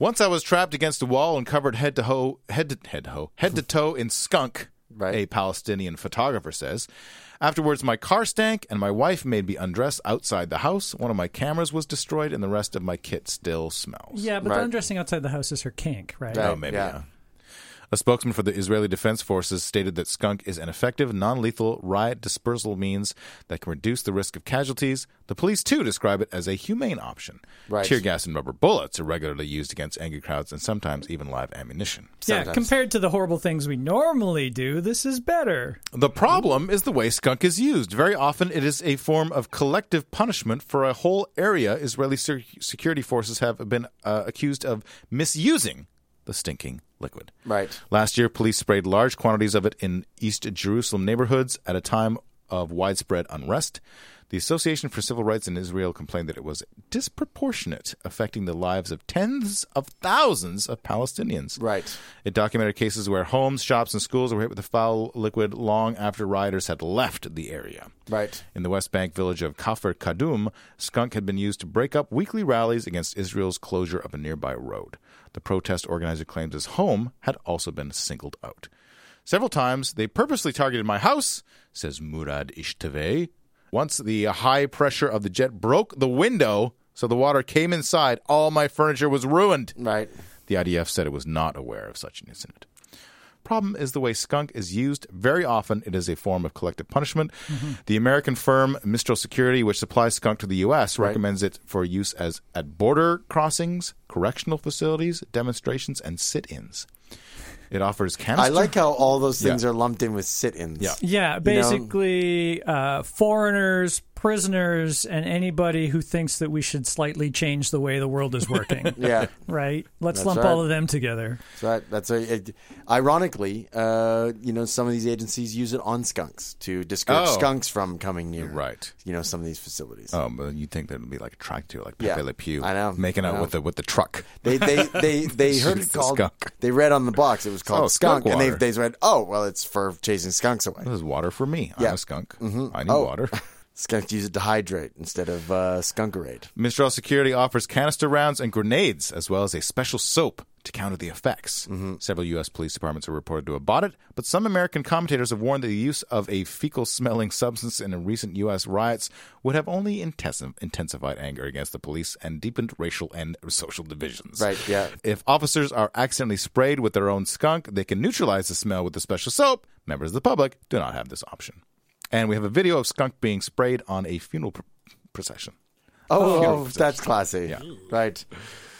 S2: Once I was trapped against a wall and covered head to hoe, head to head to hoe, head to toe in skunk.
S5: Right.
S2: A Palestinian photographer says. Afterwards, my car stank, and my wife made me undress outside the house. One of my cameras was destroyed, and the rest of my kit still smells.
S3: Yeah, but
S5: Right.
S3: the undressing outside the house is her kink, right?
S5: Right.
S2: Oh, maybe.
S5: Yeah.
S2: yeah. A spokesman for the Israeli Defense Forces stated that skunk is an effective, non lethal riot dispersal means that can reduce the risk of casualties. The police, too, describe it as a humane option.
S5: Right.
S2: Tear gas and rubber bullets are regularly used against angry crowds and sometimes even live ammunition.
S3: Yeah,
S5: Sometimes.
S3: compared to the horrible things we normally do, this is better.
S2: The problem is the way skunk is used. Very often, it is a form of collective punishment for a whole area Israeli sec- security forces have been uh, accused of misusing the stinking liquid.
S5: Right.
S2: Last year, police sprayed large quantities of it in East Jerusalem neighborhoods at a time of widespread unrest. The Association for Civil Rights in Israel complained that it was disproportionate, affecting the lives of tens of thousands of Palestinians.
S5: Right.
S2: It documented cases where homes, shops, and schools were hit with the foul liquid long after rioters had left the area.
S5: Right.
S2: In the West Bank village of Kafr Kadum, skunk had been used to break up weekly rallies against Israel's closure of a nearby road. The protest organizer claims his home had also been singled out. Several times, they purposely targeted my house, says Murad Ishtaveh. Once the high pressure of the jet broke the window, so the water came inside, all my furniture was ruined.
S5: Right.
S2: The IDF said it was not aware of such an incident. Problem is the way skunk is used. Very often, it is a form of collective punishment.
S5: Mm-hmm.
S2: The American firm Mistral Security, which supplies skunk to the U.S., recommends it for use as at border crossings, correctional facilities, demonstrations, and sit-ins. It offers canister.
S5: I like how all those things
S2: Yeah.
S5: are lumped in with sit-ins.
S2: Yeah.
S3: Yeah, basically, uh, foreigners, prisoners, and anybody who thinks that we should slightly change the way the world is working.
S5: Yeah.
S3: Right? Let's
S5: That's
S3: lump
S5: right.
S3: all of them together.
S5: That's right. That's a, it, ironically, uh, you know, some of these agencies use it on skunks to discourage
S2: Oh.
S5: skunks from coming near.
S2: Right.
S5: You know, some of these facilities.
S2: Um, but you'd think that would be like attracted to, like Pepe
S5: Yeah.
S2: Le Pew.
S5: I know.
S2: making out
S5: I know.
S2: with the with the truck.
S5: They they they, they heard
S2: It's
S5: it
S2: a
S5: called.
S2: skunk.
S5: They read on the box it was called
S2: Oh, skunk
S5: skunk, and they
S2: water.
S5: they read, oh well, it's for chasing skunks away.
S2: This is water for me. I'm
S5: Yeah.
S2: a skunk. I need
S5: Oh.
S2: water.
S5: Skunks use it to hydrate instead of uh, skunkerade.
S2: Mistral Security offers canister rounds and grenades, as well as a special soap to counter the effects.
S5: Mm-hmm.
S2: Several U.S. police departments are reported to have bought it, but some American commentators have warned that the use of a fecal smelling substance in recent U.S. riots would have only intes- intensified anger against the police and deepened racial and social divisions.
S5: Right, yeah.
S2: If officers are accidentally sprayed with their own skunk, they can neutralize the smell with the special soap. Members of the public do not have this option. And we have a video of skunk being sprayed on a funeral pr- procession.
S5: Oh, oh, that's classy. oh, Right.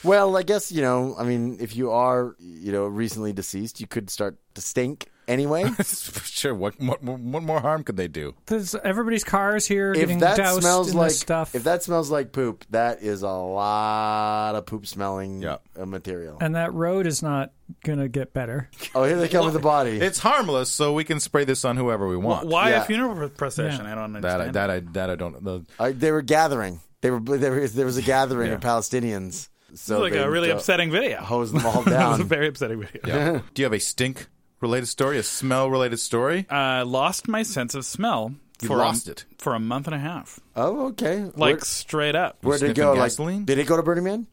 S5: Well, I guess you know. I mean, if you are you know recently deceased, you could start to stink anyway.
S2: For sure. What, what what more harm could they do?
S3: There's- everybody's cars here
S5: if
S3: getting
S5: that
S3: doused
S5: smells
S3: in
S5: like
S3: this stuff,
S5: if that smells like poop, that is a lot of poop smelling
S2: Yeah.
S5: uh, material.
S3: and that road is not gonna get better.
S5: oh, here they come with the body.
S2: It's harmless, so we can spray this on whoever we want.
S4: Why
S5: Yeah.
S4: a funeral procession? I don't
S2: That uh, I,
S4: understand.
S2: that I that I don't. The,
S5: Uh, they were gathering. They were there. Was, there was a gathering of Palestinians.
S4: It
S5: So
S4: was like
S5: they
S4: a really
S5: dro-
S4: upsetting video.
S5: Hose them all
S4: That was a
S5: down.
S4: very upsetting video.
S2: Do you have a stink related story? A smell related story?
S4: I Uh, lost my sense of smell.
S2: You
S4: for
S2: lost
S4: a,
S2: it.
S4: for a month and a half,
S5: oh, okay.
S4: like straight up,
S5: where, where did it
S2: sniffing
S5: go?
S2: gasoline?
S5: Like, did it go to Burning Man?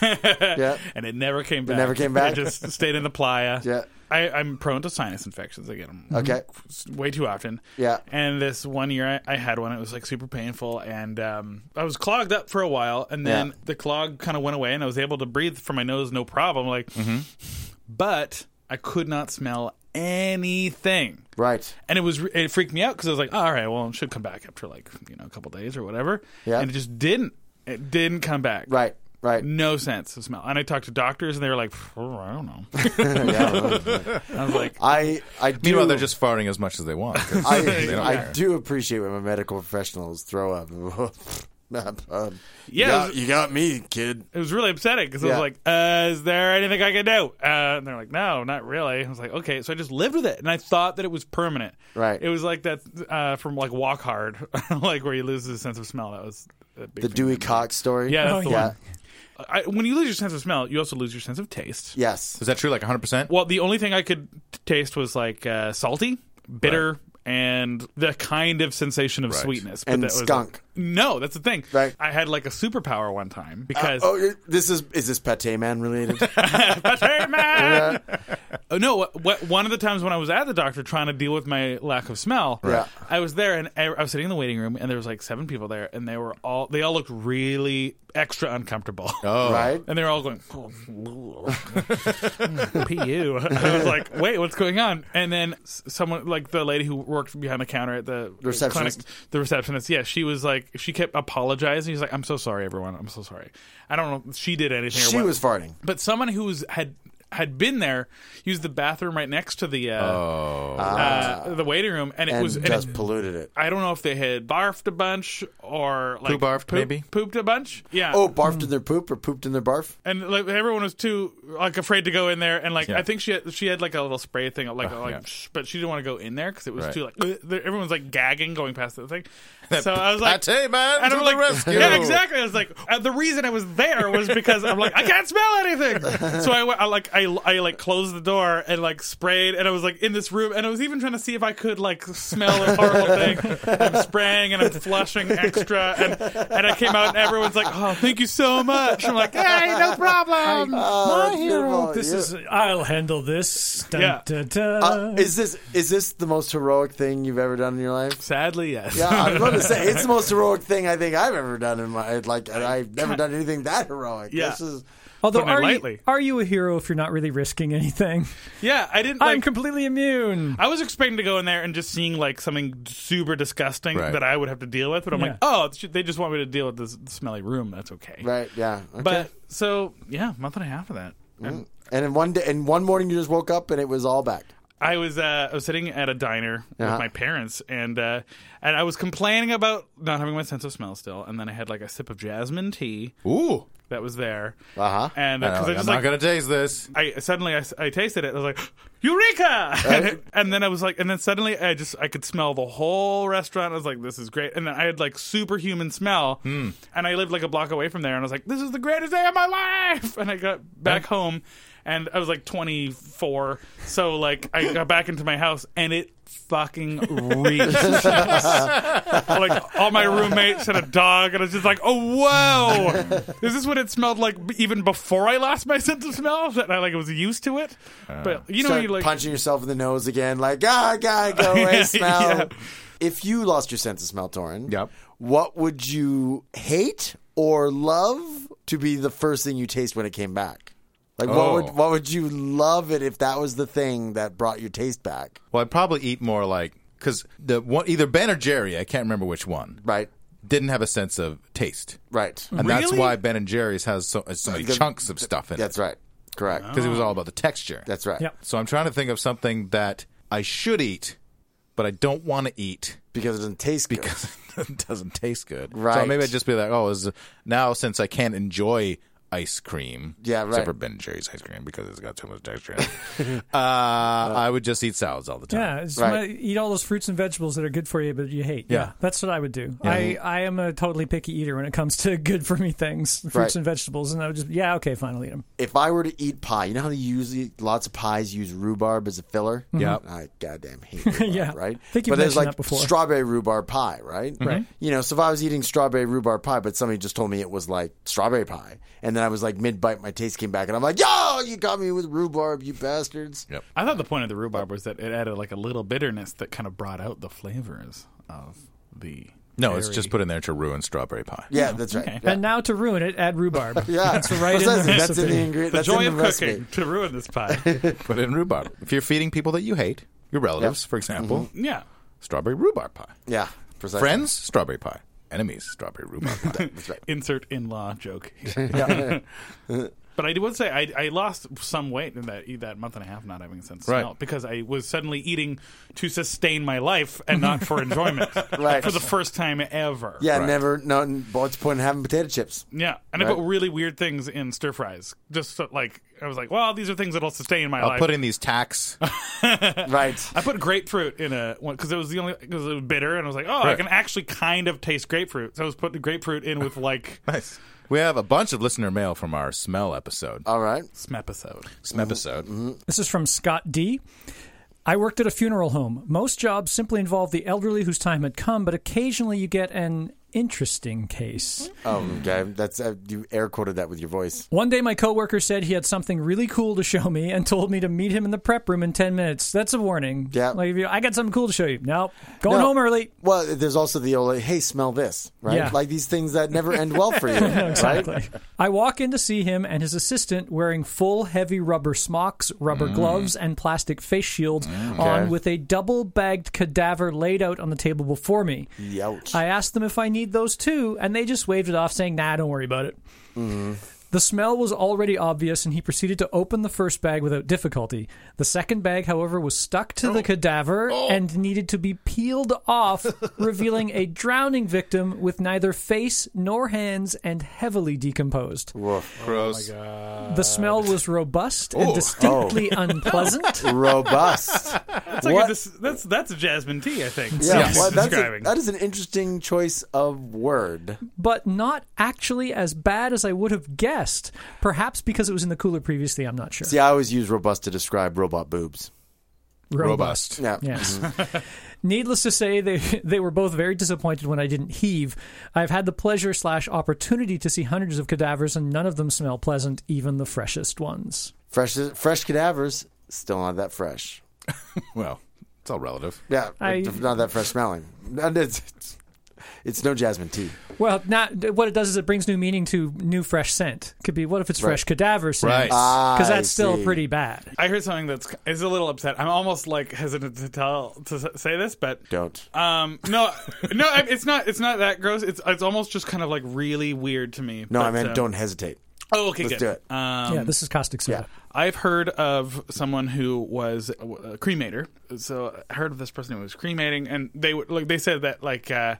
S5: yeah.
S4: and it never came back.
S5: never came back?
S4: It just stayed in the playa.
S5: Yeah.
S4: I, I'm prone to sinus infections. I get them
S5: Okay.
S4: way too often.
S5: Yeah.
S4: And this one year I, I had one. It was like super painful, and um, I was clogged up for a while, and then
S5: Yeah.
S4: the clog kind of went away, and I was able to breathe from my nose no problem. Like,
S5: Mm-hmm.
S4: but I could not smell anything.
S5: Right.
S4: And it was it freaked me out because I was like, all right, well, it should come back after like you know a couple days or whatever.
S5: Yeah.
S4: And it just didn't. It didn't come back.
S5: Right. Right.
S4: No sense of smell. And I talked to doctors, and they were like, "Pff, I don't know. I was like,
S5: I I do.
S2: Meanwhile, they're just farting as much as they want. 'cause
S5: I,
S2: they don't
S5: I
S2: care.
S5: do appreciate when my medical professionals throw up. Um,
S4: Yeah,
S5: you
S4: it
S5: got,
S4: was-
S5: you got me, kid.
S4: it was really upsetting because I
S5: Yeah.
S4: was like, uh, is there anything I can do? Uh, and they're like, no, not really. I was like, okay. So I just lived with it. And I thought that it was permanent.
S5: Right.
S4: It was like that uh, from like Walk Hard, like where you lose the sense of smell. That was a big
S5: The
S4: thing.
S5: Dewey Cox story.
S4: Yeah, that's the
S5: yeah.
S4: one. I, when you lose your sense of smell, you also lose your sense of taste.
S5: Yes.
S2: Is that true? Like 100. percent
S4: Well, the only thing I could t- taste was like uh, salty, bitter, and the kind of sensation of sweetness. But
S5: And
S4: that was
S5: skunk.
S4: no, that's the thing.
S5: Right.
S4: I had like a superpower one time because
S5: Oh, it- this is is this Pate Man related?
S4: Hey, man! Oh, no, what, what, one of the times when I was at the doctor trying to deal with my lack of smell,
S5: Yeah.
S4: I was there and e-, I, I was sitting in the waiting room, and there was like seven people there, and they were all they all looked really extra uncomfortable.
S2: Oh,
S5: right.
S4: And they were all going, "Pu." I was like, "Wait, what's going on?" And then s- someone, like the lady who worked behind the counter at the
S5: receptionist.
S4: clinic, the receptionist, yeah, she was like, she kept apologizing. She's like, "I'm so sorry, everyone. I'm so sorry. I don't know if she did anything.
S5: She
S4: or what.
S5: was farting.
S4: but someone who's had had been there used the bathroom right next to the uh, uh, the waiting room, and it
S5: And
S4: was and
S5: just
S4: it-
S5: polluted it.
S4: I don't know if they had barfed a bunch or like
S2: Poo-barfed, maybe?
S4: pooped a bunch. Yeah.
S5: Oh, barfed in their poop or pooped in their barf?
S4: and like everyone was too like afraid to go in there, and like
S2: Yeah. Oh,
S4: I think she had, she had like a little spray thing, like, like
S2: yeah.
S4: shh, but she didn't want to go in there because it was
S2: Right.
S4: too like "Ugh," there- everyone's like gagging going past the thing. So I was like,
S2: Pate man
S4: and
S2: to
S4: I'm
S2: the
S4: like,
S2: rescue.
S4: yeah, exactly. I was like, uh, the reason I was there was because I'm like, I can't smell anything. So I, went, I like, I, I like closed the door and like sprayed, and I was like in this room, and I was even trying to see if I could like smell a horrible thing. And I'm spraying and I'm flushing extra, and and I came out, and everyone's like, oh, thank you so much. I'm like, hey, no problem.
S5: Oh,
S3: My
S5: that's
S3: hero.
S5: beautiful.
S3: This
S5: Yeah.
S3: is. I'll handle this. Dun,
S4: Yeah.
S3: dun, dun.
S5: Uh, is this is this the most heroic thing you've ever done in your life?
S4: Sadly, yes.
S5: Yeah, I was going to say it's the most heroic thing I think I've ever done in my like. and I've never done anything that heroic.
S4: Yeah.
S5: This is
S3: Although,
S4: putting it
S3: are you,
S4: lightly.
S3: are you a hero if you're not really risking anything?
S4: Yeah, I didn't.
S3: I'm
S4: Like,
S3: completely immune.
S4: I was expecting to go in there and just seeing like something super disgusting
S2: Right.
S4: that I would have to deal with, but I'm
S3: Yeah.
S4: like, oh, it's ju- they just want me to deal with this smelly room. That's okay.
S5: right. Yeah. Okay.
S4: But so yeah, month and a half of that. And
S5: and in one day, and one morning you just woke up and it was all back.
S4: I was uh, I was sitting at a diner
S5: Uh-huh.
S4: with my parents, and uh, and I was complaining about not having my sense of smell still, and then I had like a sip of jasmine tea
S2: Ooh.
S4: that was there,
S5: Uh-huh.
S4: and
S2: I
S4: because I,
S2: am
S4: just
S2: not
S4: like.
S2: gonna taste this.
S4: I suddenly I, s- I tasted it. I was like, "Eureka!" And, it- and then I was like, and then suddenly I just I could smell the whole restaurant. I was like, "This is great!" And then I had like superhuman smell. And I lived like a block away from there, and I was like, "This is the greatest day of my life!" And I got back home, and I was like 24, so like I got back into my house, and it fucking reeked. like all my roommates and a dog, and I was just like, "Oh whoa, is this what it smelled like b- even before I lost my sense of smell? That I like was used to it, but you know,
S5: Start
S4: you like
S5: punching yourself in the nose again, like ah, God, go away, smell.
S4: Yeah.
S5: If you lost your sense of smell, Torin,
S2: Yep.
S5: what would you hate or love to be the first thing you taste when it came back? Like
S2: Oh.
S5: what would what would you love it if that was the thing that brought your taste back?
S2: Well, I'd probably eat more like because the one either Ben or Jerry. I can't remember which one.
S5: Right.
S2: didn't have a sense of taste.
S5: Right.
S2: And that's
S4: Really?
S2: why Ben and Jerry's has so, so many
S5: The-
S2: chunks of stuff in
S5: That's
S2: it.
S5: right. Correct.
S2: Because it was all about the texture.
S5: That's right.
S3: Yep.
S2: so I'm trying to think of something that I should eat, but I don't want to eat
S5: Because it doesn't taste good.
S2: because it doesn't taste good. So
S5: Right.
S2: maybe I'd just be like, oh, is, now since I can't enjoy ice cream,
S5: Yeah,
S2: except
S5: right.
S2: for Ben and Jerry's ice cream because it's got too much texture in it, uh, I would just eat salads all the time.
S3: Yeah, it's
S5: Right.
S3: wanna eat all those fruits and vegetables that are good for you, but you hate. Yeah,
S2: Yeah.
S3: that's what I would do. I, I am a totally picky eater when it comes to good for me things, fruits
S5: Right.
S3: and vegetables, and I would just yeah, okay, fine, I'll eat them.
S5: If I were to eat pie, you know how they usually lots of pies use rhubarb as a filler.
S2: Yeah.
S5: I goddamn hate rhubarb.
S3: Mm-hmm. Yeah.
S5: Right.
S3: I think you
S5: but there's
S3: mentioned that
S5: like
S3: before.
S5: strawberry rhubarb pie, right?
S4: Mm-hmm.
S3: Right.
S5: You know, so if I was eating strawberry rhubarb pie, but somebody just told me it was like strawberry pie, and then I was like mid bite, my taste came back, and I'm like, yo, you got me with rhubarb, you bastards.
S2: Yep.
S4: I thought the point of the rhubarb was that it added like a little bitterness that kind of brought out the flavors of the.
S2: No, it's
S4: berry.
S2: just put in there to ruin strawberry pie.
S5: Yeah, that's right. Yeah.
S3: And now to ruin it, add rhubarb.
S5: Yeah.
S3: that's right in the
S5: Precisely. That's in
S3: recipe.
S5: the ingredient.
S4: the
S5: That's
S4: joy
S5: in
S4: of
S5: the recipe.
S4: cooking to ruin this pie.
S2: Put in rhubarb. If you're feeding people that you hate, your relatives, for example,
S4: yeah.
S2: strawberry rhubarb pie.
S5: Mm-hmm. Yeah. Precisely.
S2: Friends, strawberry pie. Enemies, strawberry rhubarb pie.
S4: Insert in law joke. but I would say I, I lost some weight in that that month and a half not having a sense of
S2: Right.
S4: smell because I was suddenly eating to sustain my life and not for enjoyment
S5: Right.
S4: for the first time ever.
S5: Yeah, never. No, what's the point in having potato chips?
S4: Yeah, and I
S5: Right.
S4: put really weird things in stir fries. Just so, like I was like, well, these are things that'll sustain my
S2: I'll
S4: life.
S2: put in these tacks.
S5: Right.
S4: I put grapefruit in a one because it was the only because it was bitter, and I was like, oh, I
S2: Right.
S4: can actually kind of taste grapefruit. So I was putting grapefruit in with like
S2: nice. We have a bunch of listener mail from our smell episode.
S5: All right.
S4: some episode.
S2: Smell episode.
S3: This is from Scott D. I worked at a funeral home. Most jobs simply involve the elderly whose time had come, but occasionally you get an interesting case.
S5: Oh, okay. That's uh, you air quoted that with your voice.
S3: One day, my coworker said he had something really cool to show me and told me to meet him in the prep room in ten minutes. That's a warning.
S5: Yeah.
S3: like if you, I got something cool to show you. No, going home early.
S5: Well, there's also the old, like, hey, smell this, right?
S3: Yeah.
S5: Like these things that never end well for you.
S3: Exactly.
S5: Right?
S3: I walk in to see him and his assistant wearing full heavy rubber smocks, rubber gloves, and plastic face shields on with a double bagged cadaver laid out on the table before me.
S5: Youch.
S3: I asked them if I need those too, and they just waved it off, saying, nah, don't worry about it. The smell was already obvious, and he proceeded to open the first bag without difficulty. The second bag, however, was stuck to the cadaver and needed to be peeled off, revealing a drowning victim with neither face nor hands and heavily decomposed.
S2: Gross.
S3: The smell was robust and distinctly unpleasant.
S5: Robust.
S4: That's like
S5: What?
S4: a, dis- that's that's a jasmine tea, I think.
S5: Yeah,
S4: Yes.
S5: well, that's a,
S4: describing.
S5: that is an interesting choice of word.
S3: but not actually as bad as I would have guessed. Perhaps because it was in the cooler previously, I'm not sure.
S5: See, I always use robust to describe robot boobs.
S2: Robust.
S5: Yeah.
S3: Yes. Needless to say, they they were both very disappointed when I didn't heave. I've had the pleasure slash opportunity to see hundreds of cadavers, and none of them smell pleasant, even the freshest ones.
S5: Fresh, fresh cadavers, still not that fresh.
S2: Well, it's all relative.
S5: Yeah,
S3: I-
S5: not that fresh smelling. And It's, it's, it's no jasmine tea.
S3: Well, not what it does is it brings new meaning to new fresh scent. Could be what if it's fresh cadaver scent?
S2: Right.
S3: Because
S5: I
S3: that's still
S5: see.
S3: pretty bad.
S4: I heard something that's is a little upset. I'm almost like hesitant to tell to s- say this, but
S5: Don't.
S4: Um, no, no, I- it's not. It's not that gross. It's it's almost just kind of like really weird to me.
S5: No, I
S4: but,
S5: meant
S4: um,
S5: don't hesitate.
S4: Oh, okay,
S5: Let's
S4: good.
S5: do it.
S4: Um,
S3: yeah, this is caustic soda.
S4: I've heard of someone who was a, a cremator. So I heard of this person who was cremating, and they were- like they said that like uh,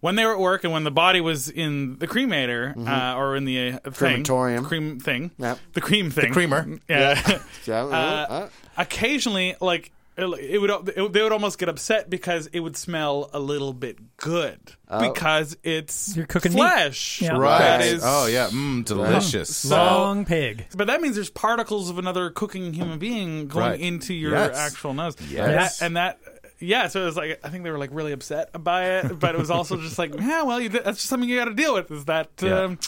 S4: when they were at work and when the body was in the cremator uh, or in the uh, thing,
S5: Mm-hmm. Crematorium.
S4: cream thing,
S5: Yep.
S4: the cream thing, the
S2: creamer.
S4: yeah.
S5: Yeah,
S4: Uh, occasionally, like it would, it, they would almost get upset because it would smell a little bit good because it's
S3: You're cooking meat.
S4: flesh,
S3: Yeah.
S2: Oh. Right.
S4: That is,
S2: Oh, yeah. Mmm, delicious.
S4: So-
S3: Long pig.
S4: But that means there's particles of another cooking human being going
S2: Right.
S4: into your
S2: Yes.
S4: actual nose.
S2: Yes.
S4: That- and that. Yeah, so it was like I think they were like really upset by it, but it was also just like, yeah, well, you, that's just something you got to deal with. Is that
S2: Yeah.
S4: um,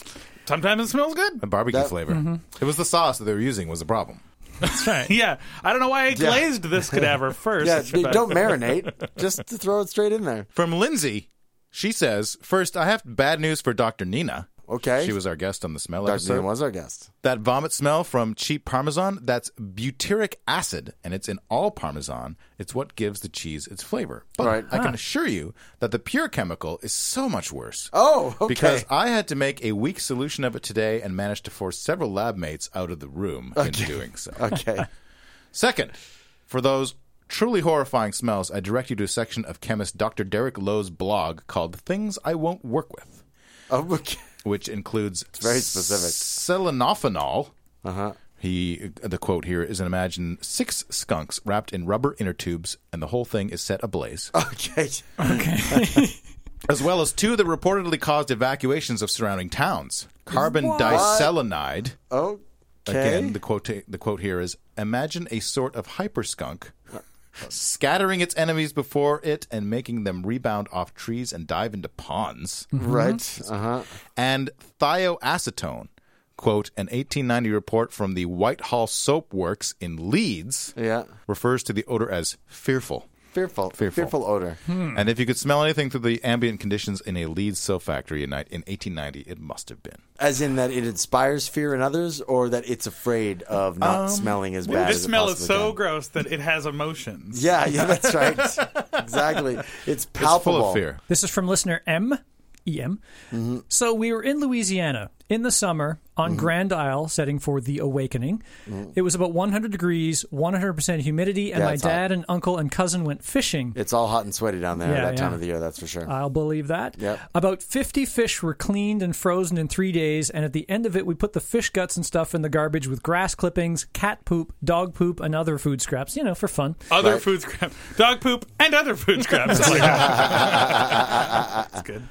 S4: sometimes it smells good?
S2: A barbecue
S5: That-
S2: flavor. It was the sauce that they were using was the problem.
S3: That's right.
S4: Yeah, I don't know why I glazed this cadaver first.
S5: yeah,
S4: but-
S5: don't marinate. Just to throw it straight in there.
S2: From Lindsay, she says, First, I have bad news for Dr. Nina.
S5: okay.
S2: She was our guest on the smell
S5: Dr.
S2: episode.
S5: Dan was our guest.
S2: That vomit smell from cheap Parmesan, that's butyric acid, and it's in all Parmesan. It's what gives the cheese its flavor. But
S5: Right. Ah.
S2: I can assure you that the pure chemical is so much worse.
S5: Oh, okay.
S2: Because I had to make a weak solution of it today and managed to force several lab mates out of the room in doing so.
S5: okay.
S2: Second, for those truly horrifying smells, I direct you to a section of chemist Dr. Derek Lowe's blog called Things I Won't Work With,
S5: Oh, okay.
S2: which includes
S5: very specific. Uh-huh.
S2: selenophenol. Uh huh. He, the quote here is: "Imagine six skunks wrapped in rubber inner tubes, and the whole thing is set ablaze."
S5: Okay.
S2: as well as two that reportedly caused evacuations of surrounding towns. Carbon diselenide.
S5: Okay.
S2: Again, the quote the quote here is: "Imagine a sort of hyperskunk." Scattering its enemies before it and making them rebound off trees and dive into ponds.
S5: right. Uh huh.
S2: And thioacetone, quote, an 1890 report from the Whitehall Soap Works in Leeds
S5: Yeah.
S2: refers to the odor as fearful.
S5: Fearful.
S2: Fearful.
S5: odor.
S2: And if you could smell anything through the ambient conditions in a Leeds soap factory at night in 1890, it must have been.
S5: As in that it inspires fear in others, or that it's afraid of not smelling as bad.
S4: This
S5: as it
S4: smell is
S5: possibly
S4: so
S5: can.
S4: gross that it has emotions.
S5: Yeah, yeah, that's right. exactly. It's palpable.
S2: It's full of fear.
S3: This is from listener M, EM.
S5: Mm-hmm.
S3: So we were in Louisiana in the summer on Grand Isle, setting for the Awakening. It was about 100 degrees, 100% humidity, and
S5: Mm-hmm. Yeah,
S3: my
S5: it's hot.
S3: dad and uncle and cousin went fishing.
S5: It's all hot and sweaty down there
S3: Yeah,
S5: at that time
S3: yeah. Uh,
S5: of the year, that's for sure.
S3: I'll believe that.
S5: Yep.
S3: About 50 fish were cleaned and frozen in three days, and at the end of it, we put the fish guts and stuff in the garbage with grass clippings, cat poop, dog poop, and other food scraps, you know, for fun.
S4: Other food scraps, dog poop, and other food scraps. It's like- That's good.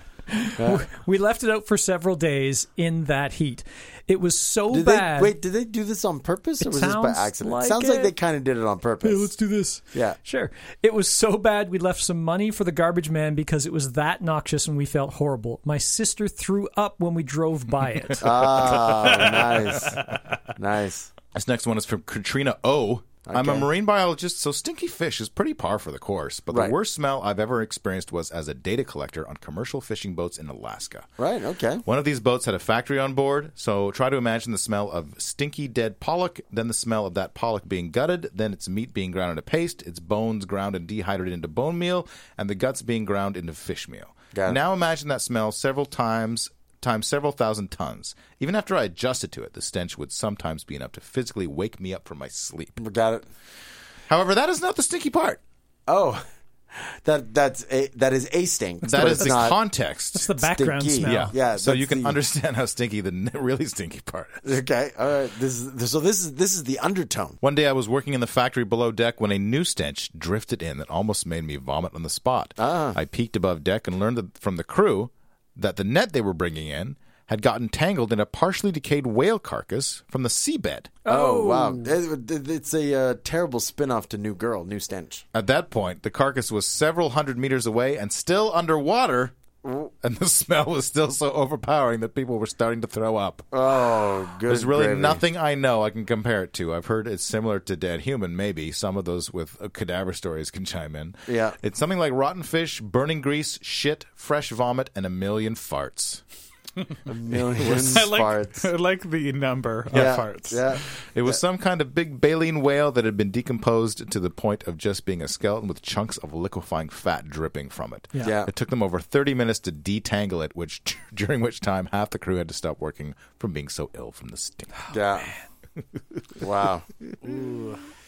S3: We left it out for several days in that heat. It was so
S5: did they,
S3: bad.
S5: wait, did they do this on purpose or was this by
S3: sounds
S5: accident?
S3: like
S5: sounds like
S3: it.
S5: they kind of did it on purpose.
S3: Hey, let's do this.
S5: Yeah.
S3: Sure. It was so bad we left some money for the garbage man because it was that noxious and we felt horrible. My sister threw up when we drove by it.
S5: Ah, nice. Nice.
S2: This next one is from Katrina O. am a marine biologist, so stinky fish is pretty par for the course. But
S5: Right.
S2: the worst smell I've ever experienced was as a data collector on commercial fishing boats in Alaska.
S5: Right, okay.
S2: One of these boats had a factory on board, so try to imagine the smell of stinky dead pollock, then the smell of that pollock being gutted, then its meat being ground into paste, its bones ground and dehydrated into bone meal, and the guts being ground into fish meal.
S5: Got it.
S2: Now imagine that smell several times times several thousand tons. Even after I adjusted to it, the stench would sometimes be enough to physically wake me up from my sleep.
S5: Got it.
S2: However, that is not the stinky part.
S5: Oh. That that's a that is a stink.
S2: That
S5: but
S2: is
S5: it's
S2: the
S5: not
S2: context.
S3: It's the background
S5: stinky.
S3: smell.
S2: Ah, yeah.
S5: Yeah,
S2: so you
S5: that's
S2: can
S5: the-
S2: understand how stinky the n- really stinky part is.
S5: Okay. All right. This is so this is this is the undertone.
S2: One day I was working in the factory below deck when a new stench drifted in that almost made me vomit on the spot. I peeked above deck and learned that from the crew that the net they were bringing in had gotten tangled in a partially decayed whale carcass from the seabed.
S5: Oh, wow. It- it- It's a uh, terrible spin-off to New Girl, New Stench.
S2: At that point, the carcass was several hundred meters away and still underwater, and the smell was still so overpowering that people were starting to throw up.
S5: Oh, good.
S2: There's really
S5: gravy.
S2: nothing I know I can compare it to. I've heard it's similar to dead human, maybe. Some of those with uh, cadaver stories can chime in.
S5: Yeah.
S2: It's something like rotten fish, burning grease, shit, fresh vomit, and a million farts.
S5: Millions
S4: I like,
S5: farts.
S4: I like the number
S5: yeah,
S4: of farts.
S5: Yeah.
S2: It was some kind of big baleen whale that had been decomposed to the point of just being a skeleton with chunks of liquefying fat dripping from it.
S5: Yeah.
S2: It took them over 30 minutes to detangle it, which during which time half the crew had to stop working from being so ill from the stink.
S5: Yeah. wow.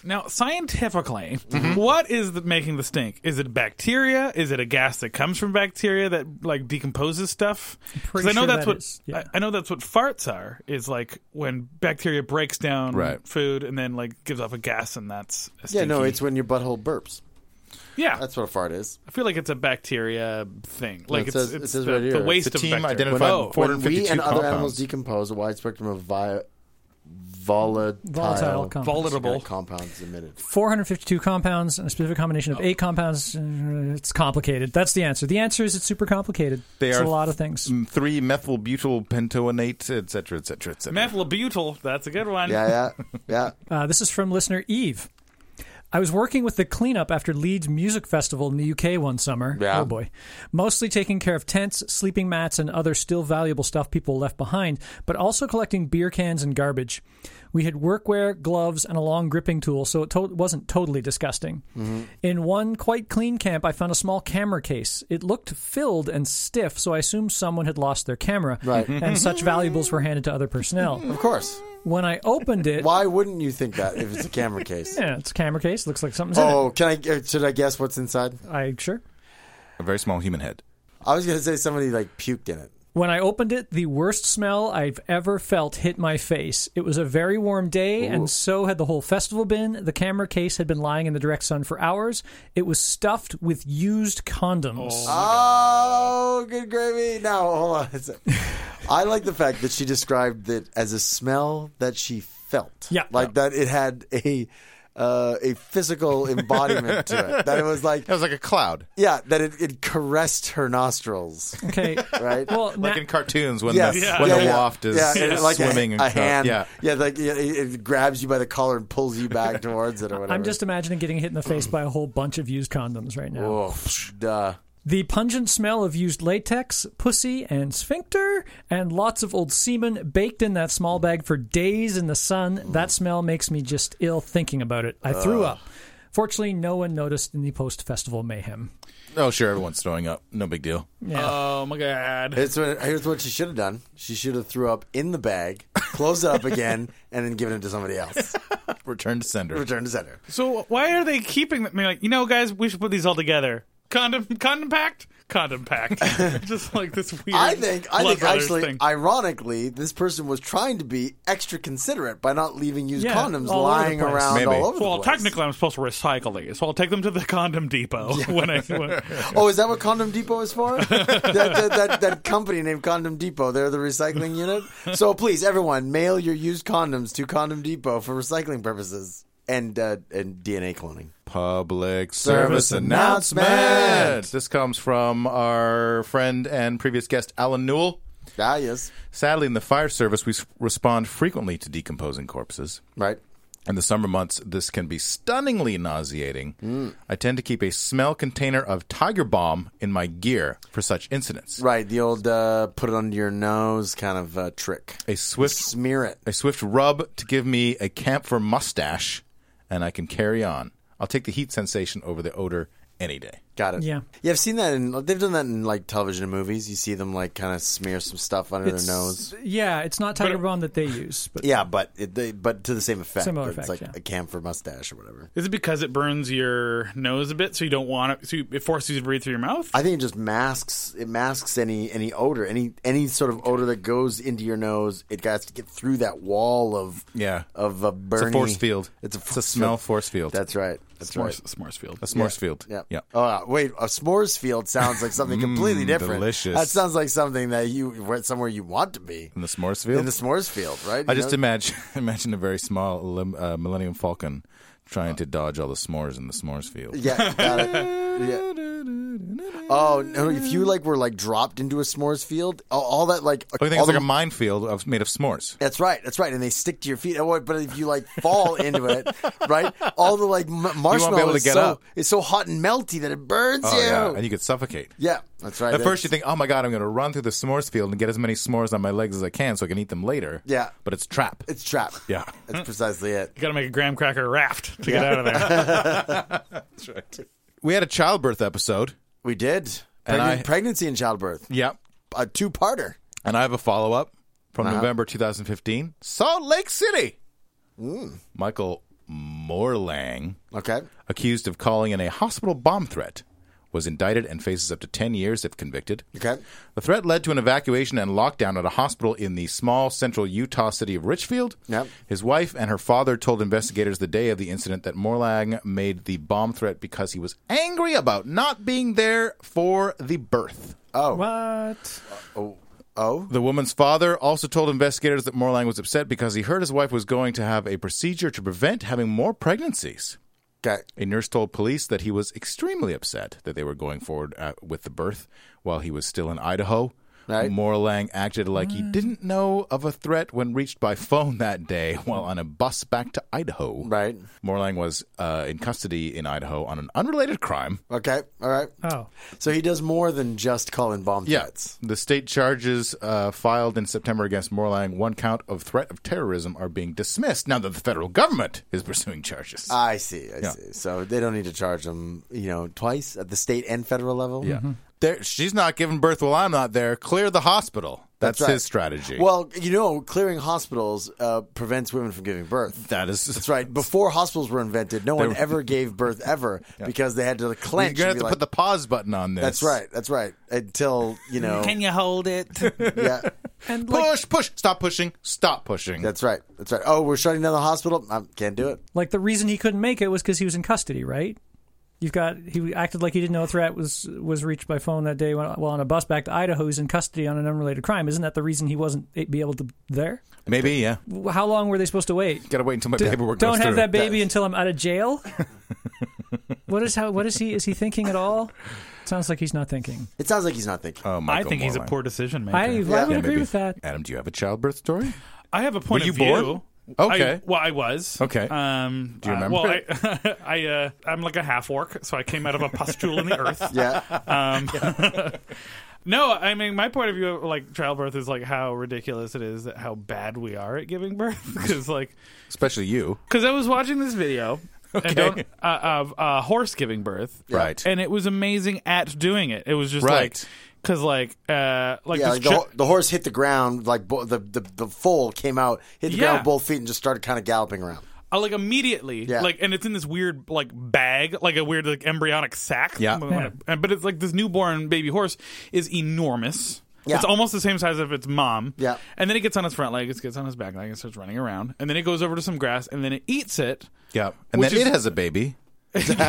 S4: Now, scientifically,
S5: Mm-hmm.
S4: what is the, making the stink? Is it bacteria? Is it a gas that comes from bacteria that like decomposes stuff? Because
S3: pretty
S4: I know
S3: sure
S4: that's
S3: that
S4: what
S3: is, yeah.
S4: I, I know that's what farts are. Is like when bacteria breaks down
S2: Right.
S4: food and then like gives off a gas, and that's a
S5: Yeah, no,
S4: stinky-
S5: it's when your butthole burps.
S4: yeah.
S5: That's what a fart is.
S4: I feel like it's a bacteria thing. Like
S5: it
S4: it's,
S5: says-
S4: it's
S5: it says
S4: the,
S5: right here.
S4: the
S5: It's
S4: waste
S2: the
S4: of
S2: team
S4: bacteria.
S2: identified
S4: oh,
S2: four-
S5: When we
S2: 452
S5: and other
S2: compounds.
S5: animals decompose, a wide spectrum of vi- volatile,
S3: Volatile compounds.
S4: Volatile.
S5: compounds emitted.
S3: 452 compounds and a specific combination
S2: Oh.
S3: of eight compounds. Uh, It's complicated. That's the answer. The answer is it's super complicated.
S2: They
S3: it's
S2: are
S3: a lot of things.
S2: Three methyl butyl pentoinate, et cetera, et cetera, et cetera.
S4: methyl butyl. That's a good one.
S5: Yeah, yeah, yeah.
S3: Uh, this is from listener Eve. I was working with the cleanup after Leeds Music Festival in the UK one summer.
S5: Yeah.
S3: Oh boy. Mostly taking care of tents, sleeping mats, and other still valuable stuff people left behind, but also collecting beer cans and garbage. We had workwear, gloves, and a long gripping tool, so it to- wasn't totally disgusting.
S5: Mm-hmm.
S3: In one quite clean camp, I found a small camera case. It looked filled and stiff, so I assumed someone had lost their camera,
S5: Right.
S3: and such valuables were handed to other personnel.
S5: Of course.
S3: When I opened it,
S5: Why wouldn't you think that if it's a camera case?
S3: yeah, it's a camera case. Looks like something's in it.
S5: Oh, can I? uh, Should I guess what's inside?
S3: I sure.
S2: A very small human head.
S5: I was gonna say somebody like puked in it.
S3: When I opened it, the worst smell I've ever felt hit my face. It was a very warm day, and so had the whole festival been. The camera case had been lying in the direct sun for hours. It was stuffed with used condoms.
S5: Oh, good gravy! Now hold on. a sec. I like the fact that she described it as a smell that she felt.
S3: Yeah.
S5: like that it had a uh, a physical embodiment to it. That it was like
S2: That was like a cloud,
S5: yeah, that it, it caressed her nostrils.
S3: Okay.
S5: Right.
S3: Well,
S2: like
S3: na-
S2: in cartoons when
S5: Yes.
S2: the
S4: Yeah.
S2: when
S4: Yeah,
S2: the
S5: yeah.
S2: waft is
S5: Yeah, and like a-
S2: swimming
S5: a,
S2: and stuff.
S5: hand.
S2: Yeah.
S5: yeah, like yeah, it, it grabs you by the collar and pulls you back towards it or whatever.
S3: I'm just imagining getting hit in the face by a whole bunch of used condoms right now.
S5: oh, duh.
S3: The pungent smell of used latex, pussy, and sphincter, and lots of old semen baked in that small bag for days in the sun. That smell makes me just ill thinking about it. I threw up. Fortunately, no one noticed in the post festival mayhem.
S2: Oh, sure, everyone's throwing up. No big deal.
S3: Yeah.
S4: Oh my god.
S5: Here's what, here's what she should have done. She should have threw up in the bag, closed it up again, and then given it to somebody else.
S2: Return to sender.
S5: Return to center.
S4: So why are they keeping them? I mean, like, you know, guys, we should put these all together. Condom, condom packed, condom packed. Just like this weird.
S5: I think, I
S4: Blood
S5: think
S4: Brothers
S5: actually,
S4: thing.
S5: ironically, this person was trying to be extra considerate by not leaving used
S3: Yeah,
S5: condoms
S3: all over the
S5: lying
S3: place.
S5: around
S2: Maybe.
S5: all over
S4: Well,
S5: the place.
S4: technically, I'm supposed to recycle these, so I'll take them to the condom depot when I. When,
S5: Oh, is that what Condom Depot is for? that, that, that, that company named Condom Depot. They're the recycling unit. So please, everyone, mail your used condoms to Condom Depot for recycling purposes and uh, and DNA cloning.
S2: Public
S5: Service announcement.
S2: This comes from our friend and previous guest, Alan Newell.
S5: Ah, yes,
S2: Sadly, in the fire service, we s- respond frequently to decomposing corpses.
S5: right.
S2: In the summer months, this can be stunningly nauseating.
S5: Mm.
S2: I tend to keep a smell container of Tiger Bomb in my gear for such incidents.
S5: Right, the old uh, put it under your nose kind of uh, trick.
S2: A swift,
S5: Smear it.
S2: a swift rub to give me a camphor mustache, and I can carry on. I'll take the heat sensation over the odor any day.
S5: Got it.
S3: Yeah.
S5: yeah. I've seen that in. They've done that in like television and movies. You see them like kind of smear some stuff under
S3: It's-
S5: their nose.
S3: Yeah, it's not Tiger Bomb that they use, but
S5: Yeah, but it, they, but to the same effect.
S3: Similar
S5: it's
S3: effect,
S5: like
S3: yeah.
S5: a camphor mustache or whatever.
S4: Is it because it burns your nose a bit, so you don't want it? So you, it forces you to breathe through your mouth.
S5: I think it just masks it masks any any odor, any any sort of odor that goes into your nose. It has to get through that wall of
S2: Yeah.
S5: of a
S2: It's
S5: burning
S2: a force field.
S5: It's a, force
S2: smell
S5: field.
S2: force field.
S5: That's right. That's
S4: S'mores,
S5: right.
S4: S'moresfield.
S2: a s'mores field.
S5: Yeah.
S2: yeah. Mm,
S5: Oh uh, wait, a s'mores field sounds like something completely different.
S2: delicious.
S5: That sounds like something that you where- somewhere you want to be
S2: In the s'mores field.
S5: in the s'mores field, right?
S2: I
S5: You
S2: just
S5: know?
S2: imagine imagine a very small lim- uh, Millennium Falcon trying to dodge all the s'mores in the s'mores field.
S5: yeah. Got it. Yeah. Oh, no, if you like were like dropped into a s'mores field, all, all that like
S2: Oh, you think
S5: all
S2: it's like
S5: the-
S2: a minefield of, made of s'mores?
S5: That's right. That's right. And they stick to your feet. Oh, But if you like fall into it, right? All the like m- marshmallow
S2: able to
S5: is
S2: get
S5: so
S2: up.
S5: it's so hot and melty that it burns
S2: Oh,
S5: you.
S2: yeah,
S5: Yeah.
S2: and you could suffocate.
S5: that's right.
S2: At first, you
S5: It's-
S2: think, "Oh my god, I'm going to run through the s'mores field and get as many s'mores on my legs as I can, so I can eat them later."
S5: Yeah.
S2: but it's trap.
S5: it's trap.
S2: yeah,
S5: that's precisely it.
S4: You gotta make a graham cracker raft to get out of there.
S2: we had a childbirth episode.
S5: We did
S2: And
S5: Pregnan-
S2: I-
S5: pregnancy and childbirth,
S2: Yeah,
S5: a two-parter.
S2: and I have a follow up from November 2015, Salt Lake City. Mm. Michael Morlang
S5: Okay,
S2: accused of calling in a hospital bomb threat, was indicted and faces up to 10 years if convicted.
S5: okay,
S2: The threat led to an evacuation and lockdown at a hospital in the small central Utah city of Richfield.
S5: Yep.
S2: His wife and her father told investigators the day of the incident that Morlang made the bomb threat because he was angry about not being there for the birth.
S3: what?
S5: oh,
S2: The woman's father also told investigators that Morlang was upset because he heard his wife was going to have a procedure to prevent having more pregnancies.
S5: okay,
S2: A nurse told police that he was extremely upset that they were going forward uh, with the birth while he was still in Idaho.
S5: Right.
S2: Morlang acted like he didn't know of a threat when reached by phone that day while on a bus back to Idaho.
S5: Right.
S2: Morlang was uh, in custody in Idaho on an unrelated crime.
S5: Okay. All right.
S3: Oh,
S5: So he does more than just call in bomb threats.
S2: The state charges uh, filed in September against Morlang, one count of threat of terrorism, are being dismissed now that the federal government is pursuing charges.
S5: I see. I see. So they don't need to charge him, you know, twice at the state and federal level. Yeah.
S2: there, she's not giving birth while I'm not there. Clear the hospital. That's,
S5: right.
S2: his strategy.
S5: Well, you know, clearing hospitals uh, prevents women from giving birth.
S2: that is
S5: That's right. Before hospitals were invented, no one
S2: were-
S5: ever gave birth ever because they had to
S2: You're
S5: clench.
S2: gonna have
S5: and
S2: to
S5: be
S2: put the
S5: like,
S2: pause button on this.
S5: That's right. That's right. Until you know.
S4: you hold it?
S5: yeah.
S3: and like
S2: Push, push, stop pushing, stop pushing.
S5: That's right. That's right. Oh, we're shutting down the hospital. I can't do it.
S3: like the reason he couldn't make it was because he was in custody, right? You've got he acted like he didn't know a threat was was reached by phone that day when, while on a bus back to Idaho. He's in custody on an unrelated crime. Isn't that the reason he wasn't a- be able to there?
S2: Maybe, yeah.
S3: How long were they supposed to wait?
S2: Gotta wait until my paperwork
S3: Don't
S2: goes
S3: have
S2: through.
S3: that baby until I'm out of jail. what is how? What is he? Is he thinking at all? Sounds like he's not thinking.
S5: It sounds like he's not thinking.
S2: Oh,
S4: I
S2: Michael
S4: think he's a
S2: Moorline.
S4: poor decision maker.
S3: I,
S4: I,
S3: I would
S2: Yeah,
S3: agree
S2: maybe.
S3: with that.
S2: Adam, do you have a childbirth story?
S4: have a point
S2: Were you
S4: of view.
S2: bored? Okay.
S4: I, well, I was.
S2: Okay.
S4: Um,
S2: Do you remember
S4: well, I, I uh, I'm like a half orc, so I came out of a pustule in the earth.
S5: Yeah.
S4: Um, no, I mean my point of view of like childbirth is like how ridiculous it is that how bad we are at giving birth. Because like,
S2: Especially you.
S4: because I was watching this video and don't- uh, of a horse giving birth,
S2: Right.
S4: And it was amazing at doing it. It was just
S2: Right.
S4: like because like uh, like
S5: Yeah,
S4: this
S5: like the,
S4: chi-
S5: ho- the horse hit the ground, like bo- the, the the foal came out, hit the
S4: Yeah.
S5: ground with both feet, and just started kind of galloping around.
S4: Uh, like immediately,
S5: Yeah.
S4: like, and it's in this weird like bag, like a weird like embryonic sack.
S2: Yeah.
S3: Yeah.
S4: Uh, But it's like this newborn baby horse is enormous.
S5: Yeah.
S4: It's almost the same size of its mom.
S5: Yeah.
S4: And then it gets on its front leg, it gets on its back leg, and starts running around. And then it goes over to some grass, and then it eats it.
S2: Yeah. And
S4: Which
S2: then
S4: is-
S2: it has a baby.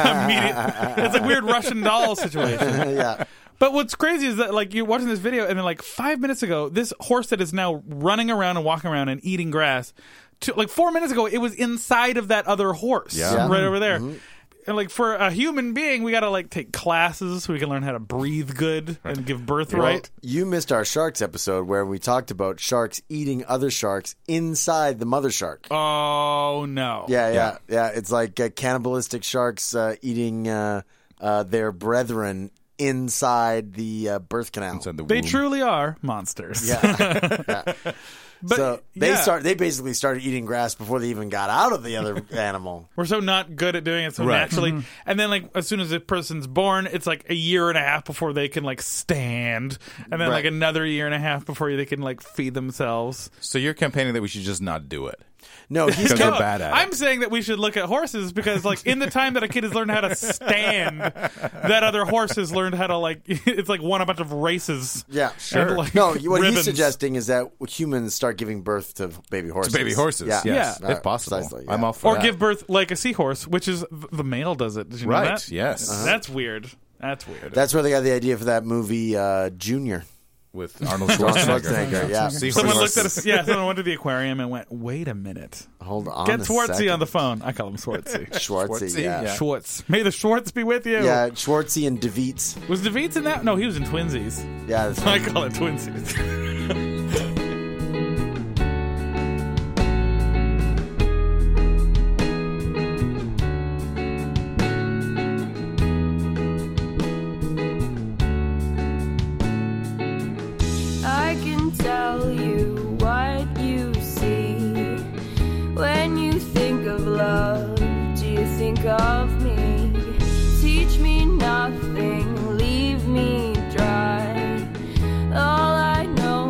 S4: Immediate- it's a weird Russian doll situation.
S5: yeah,
S4: But what's crazy is that like you're watching this video, and then like five minutes ago, this horse that is now running around and walking around and eating grass, to, like four minutes ago, it was inside of that other horse
S2: Yeah.
S4: right over there. And like for a human being, we gotta like take classes so we can learn how to breathe good and give birth right.
S5: You missed our sharks episode where we talked about sharks eating other sharks inside the mother shark.
S4: Oh no!
S5: yeah, yeah, yeah, It's like uh, cannibalistic sharks uh, eating uh, uh, their brethren inside the uh, birth canal.
S2: Said the
S4: they
S2: womb.
S4: truly are monsters.
S5: yeah. Yeah.
S4: but
S5: so they
S4: yeah,
S5: start. They basically started eating grass before they even got out of the other animal.
S4: We're so not good at doing it so
S2: Right.
S4: naturally, and then like as soon as a person's born, it's like a year and a half before they can like stand, and then like
S5: Right.
S4: another year and a half before they can like feed themselves.
S2: So you're campaigning that we should just not do it.
S5: No, he's
S2: Because they're
S5: com-
S2: bad at
S4: Oh, I'm
S2: it.
S4: saying that we should look at horses because, like, in the time that a kid has learned how to stand, that other horse has learned how to like. It's like won a bunch of races.
S5: Yeah,
S4: sure. like,
S5: no, what
S4: ribbons.
S5: he's suggesting is that humans start giving birth to baby horses.
S2: Baby horses.
S5: Yeah,
S2: Yes.
S5: yeah.
S2: If possible.
S5: Precisely, yeah.
S2: I'm all for
S4: or
S2: that.
S4: give birth like a seahorse, which is the male does it. Did you know
S2: Right.
S4: that?
S2: Yes.
S4: That's weird. That's weird.
S5: That's where they got the idea for that movie uh, Junior.
S2: With Arnold
S5: Arnold
S2: Schwarzenegger.
S5: Schwarzenegger, yeah.
S2: Seahorse.
S4: someone looked at us. Yeah, someone went to the aquarium and went, "Wait a minute,
S5: Hold on.
S4: get
S5: a
S4: Schwartzy
S5: second.
S4: on the phone." I call him Schwartzy.
S5: Schwartzy,
S2: Schwartzy,
S5: yeah.
S2: yeah.
S4: Schwartz. May the Schwartz be with you.
S5: Yeah, Schwartzy and DeVeets.
S4: Was DeVeeds in that? No, he was in Twinsies.
S5: Yeah, that's
S4: I call it Twinsies.
S6: I can tell you what you see when you think of love. Do you think of me? Teach me nothing, leave me dry. All I know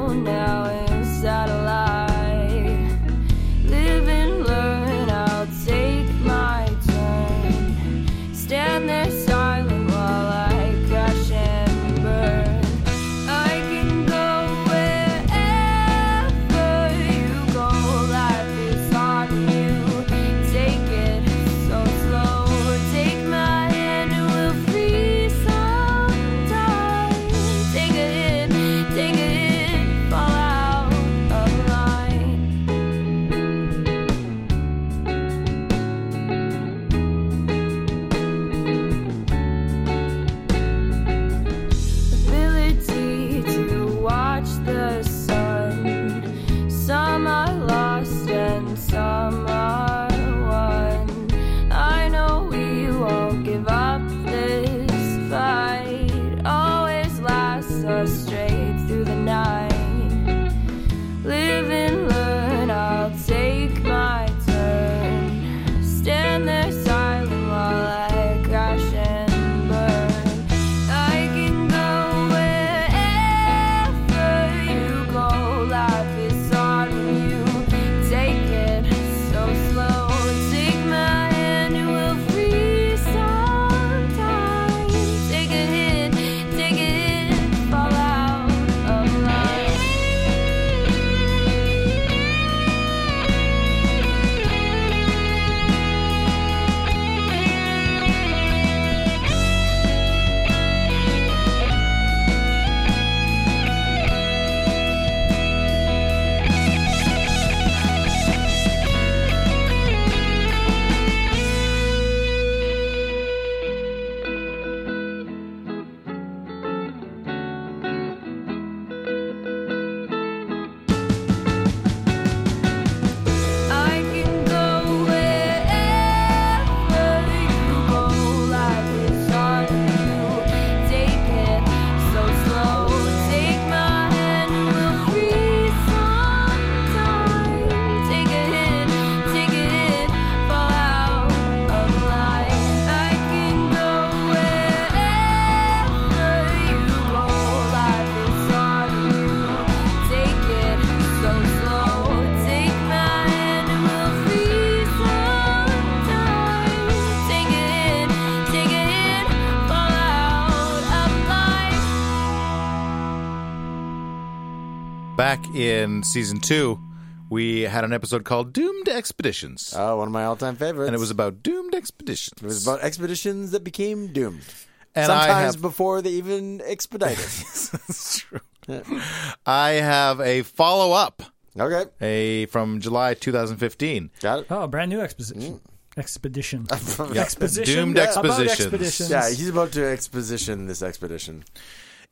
S2: back in season two, we had an episode called Doomed Expeditions.
S5: Oh, one of my all-time favorites.
S2: and it was about doomed expeditions.
S5: It was about expeditions that became doomed.
S2: And I
S5: Sometimes
S2: have-
S5: before they even expedited.
S2: That's true. I have a follow up
S5: okay,
S2: a from July 2015.
S5: got it.
S3: Oh, brand new exposition. Expedition. Exposition.
S2: Doomed
S3: About
S2: expositions.
S3: expeditions.
S5: Yeah, he's about to exposition this expedition.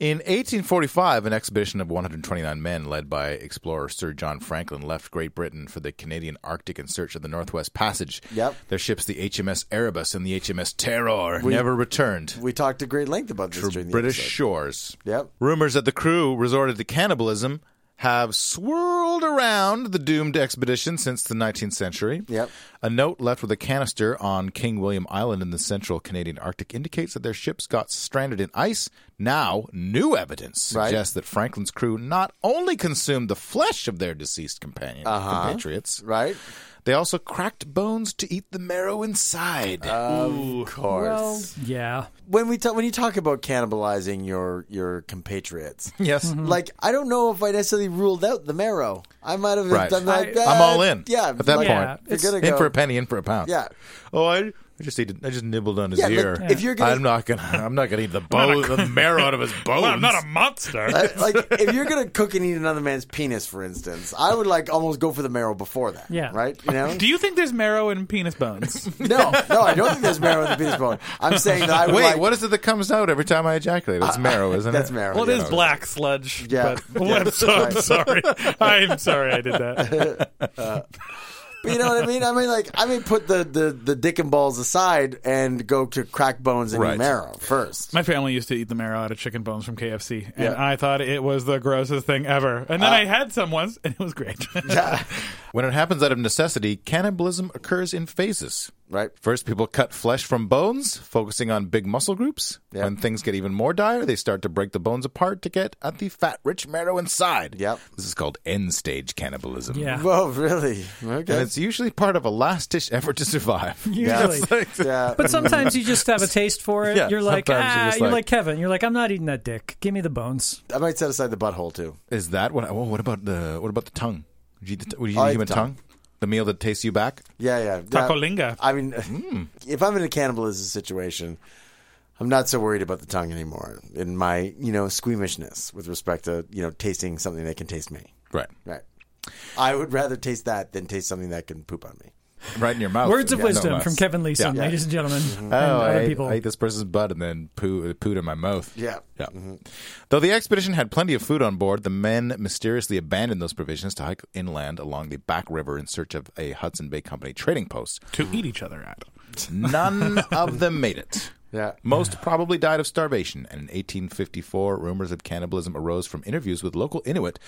S2: In 1845, an expedition of 129 men led by explorer Sir John Franklin left Great Britain for the Canadian Arctic in search of the Northwest Passage.
S5: Yep.
S2: Their ships, the HMS Erebus and the HMS Terror, never returned
S5: We talked at great length about this
S2: to
S5: during the
S2: British
S5: episode.
S2: shores.
S5: Yep.
S2: Rumors that the crew resorted to cannibalism have swirled around the doomed expedition since the 19th century.
S5: Yep.
S2: A note left with a canister on King William Island in the central Canadian Arctic indicates that their ships got stranded in ice. Now, new evidence
S5: Right.
S2: suggests that Franklin's crew not only consumed the flesh of their deceased companion, compatriots,
S5: Uh-huh. Right?
S2: they also cracked bones to eat the marrow inside.
S5: Of course.
S3: Well, yeah.
S5: when we talk when you talk about cannibalizing your your compatriots,
S2: yes.
S5: like I don't know if I necessarily ruled out the marrow. I might have
S2: Right.
S5: done that.
S2: I'm all in
S5: Yeah.
S2: at that point.
S5: like,
S3: Yeah,
S5: You're
S3: it's-
S5: gonna
S2: in
S5: go,
S2: for a penny, in for a pound.
S5: Yeah.
S2: Oh, I, I just eat. I just nibbled on his
S5: Yeah, like,
S2: ear.
S5: if you're gonna-
S2: I'm not gonna. I'm not gonna eat the bone, the marrow out of his bones.
S4: Well, I'm not a monster.
S5: Uh, like if you're gonna cook and eat another man's penis, for instance, I would like almost go for the marrow before that.
S3: Yeah.
S5: Right? You know?
S4: Do you think there's marrow in penis bones?
S5: no, no, I don't think there's marrow in the penis bone. I'm saying that I would
S2: Wait,
S5: like, Uh,
S2: what is it that comes out every time I ejaculate? It's marrow, isn't
S5: that's
S2: it?
S5: marrow.
S4: Well, it
S5: yeah.
S4: is black sludge.
S5: Yeah.
S4: But, I'm so I'm sorry. I'm sorry I did that.
S5: But you know what I mean? I mean, like, I mean, put the, the, the dick and balls aside and go to crack bones and
S2: Right.
S5: eat marrow first.
S4: My family used to eat the marrow out of chicken bones from KFC, and I thought it was the grossest thing ever. And
S5: Uh,
S4: then I had some once, and it was great.
S2: When it happens out of necessity, cannibalism occurs in phases.
S5: Right?
S2: First, people cut flesh from bones, focusing on big muscle groups.
S5: Yep.
S2: When things get even more dire, they start to break the bones apart to get at the fat, rich marrow inside.
S5: Yep.
S2: This is called end stage cannibalism.
S3: Yeah.
S5: Whoa, really? Okay.
S2: And it's usually part of a last ditch effort to survive.
S3: Usually.
S2: It's like-
S5: yeah.
S3: But sometimes you just have a taste for it.
S2: Yeah,
S3: you're like,
S2: sometimes
S3: ah,
S2: you're
S3: you're,
S2: just
S3: like,
S2: like-
S3: Kevin. You're like, I'm not eating that dick. Give me the bones.
S5: I might set aside the butthole, too.
S2: Is that what? Oh, what about the what about the tongue? Would you eat, the, would you eat
S5: I
S2: a
S5: eat
S2: human
S5: the
S2: tongue?
S5: tongue.
S2: The meal that tastes you back?
S5: Yeah, yeah. yeah.
S4: Tacolinga.
S5: I mean, if I'm in a cannibalism situation, I'm not so worried about the tongue anymore in my, you know, squeamishness with respect to, you know, tasting something that can taste me.
S2: Right,
S5: Right. I would rather taste that than taste something that can poop on me.
S2: right in your mouth.
S3: Words of
S2: Yeah, no
S3: wisdom
S2: less.
S3: from Kevin Leeson,
S2: Yeah.
S3: ladies and gentlemen, and
S2: Oh, I,
S3: other
S2: ate-
S3: people.
S2: I ate this person's butt and then poo, pooed in my mouth.
S5: Yeah. Mm-hmm.
S2: Yeah. Though the expedition had plenty of food on board, the men mysteriously abandoned those provisions to hike inland along the back river in search of a Hudson Bay Company trading post.
S4: to eat each other at.
S2: None of them made it.
S5: Yeah.
S2: Most probably died of starvation, and in 1854, rumors of cannibalism arose from interviews with local Inuit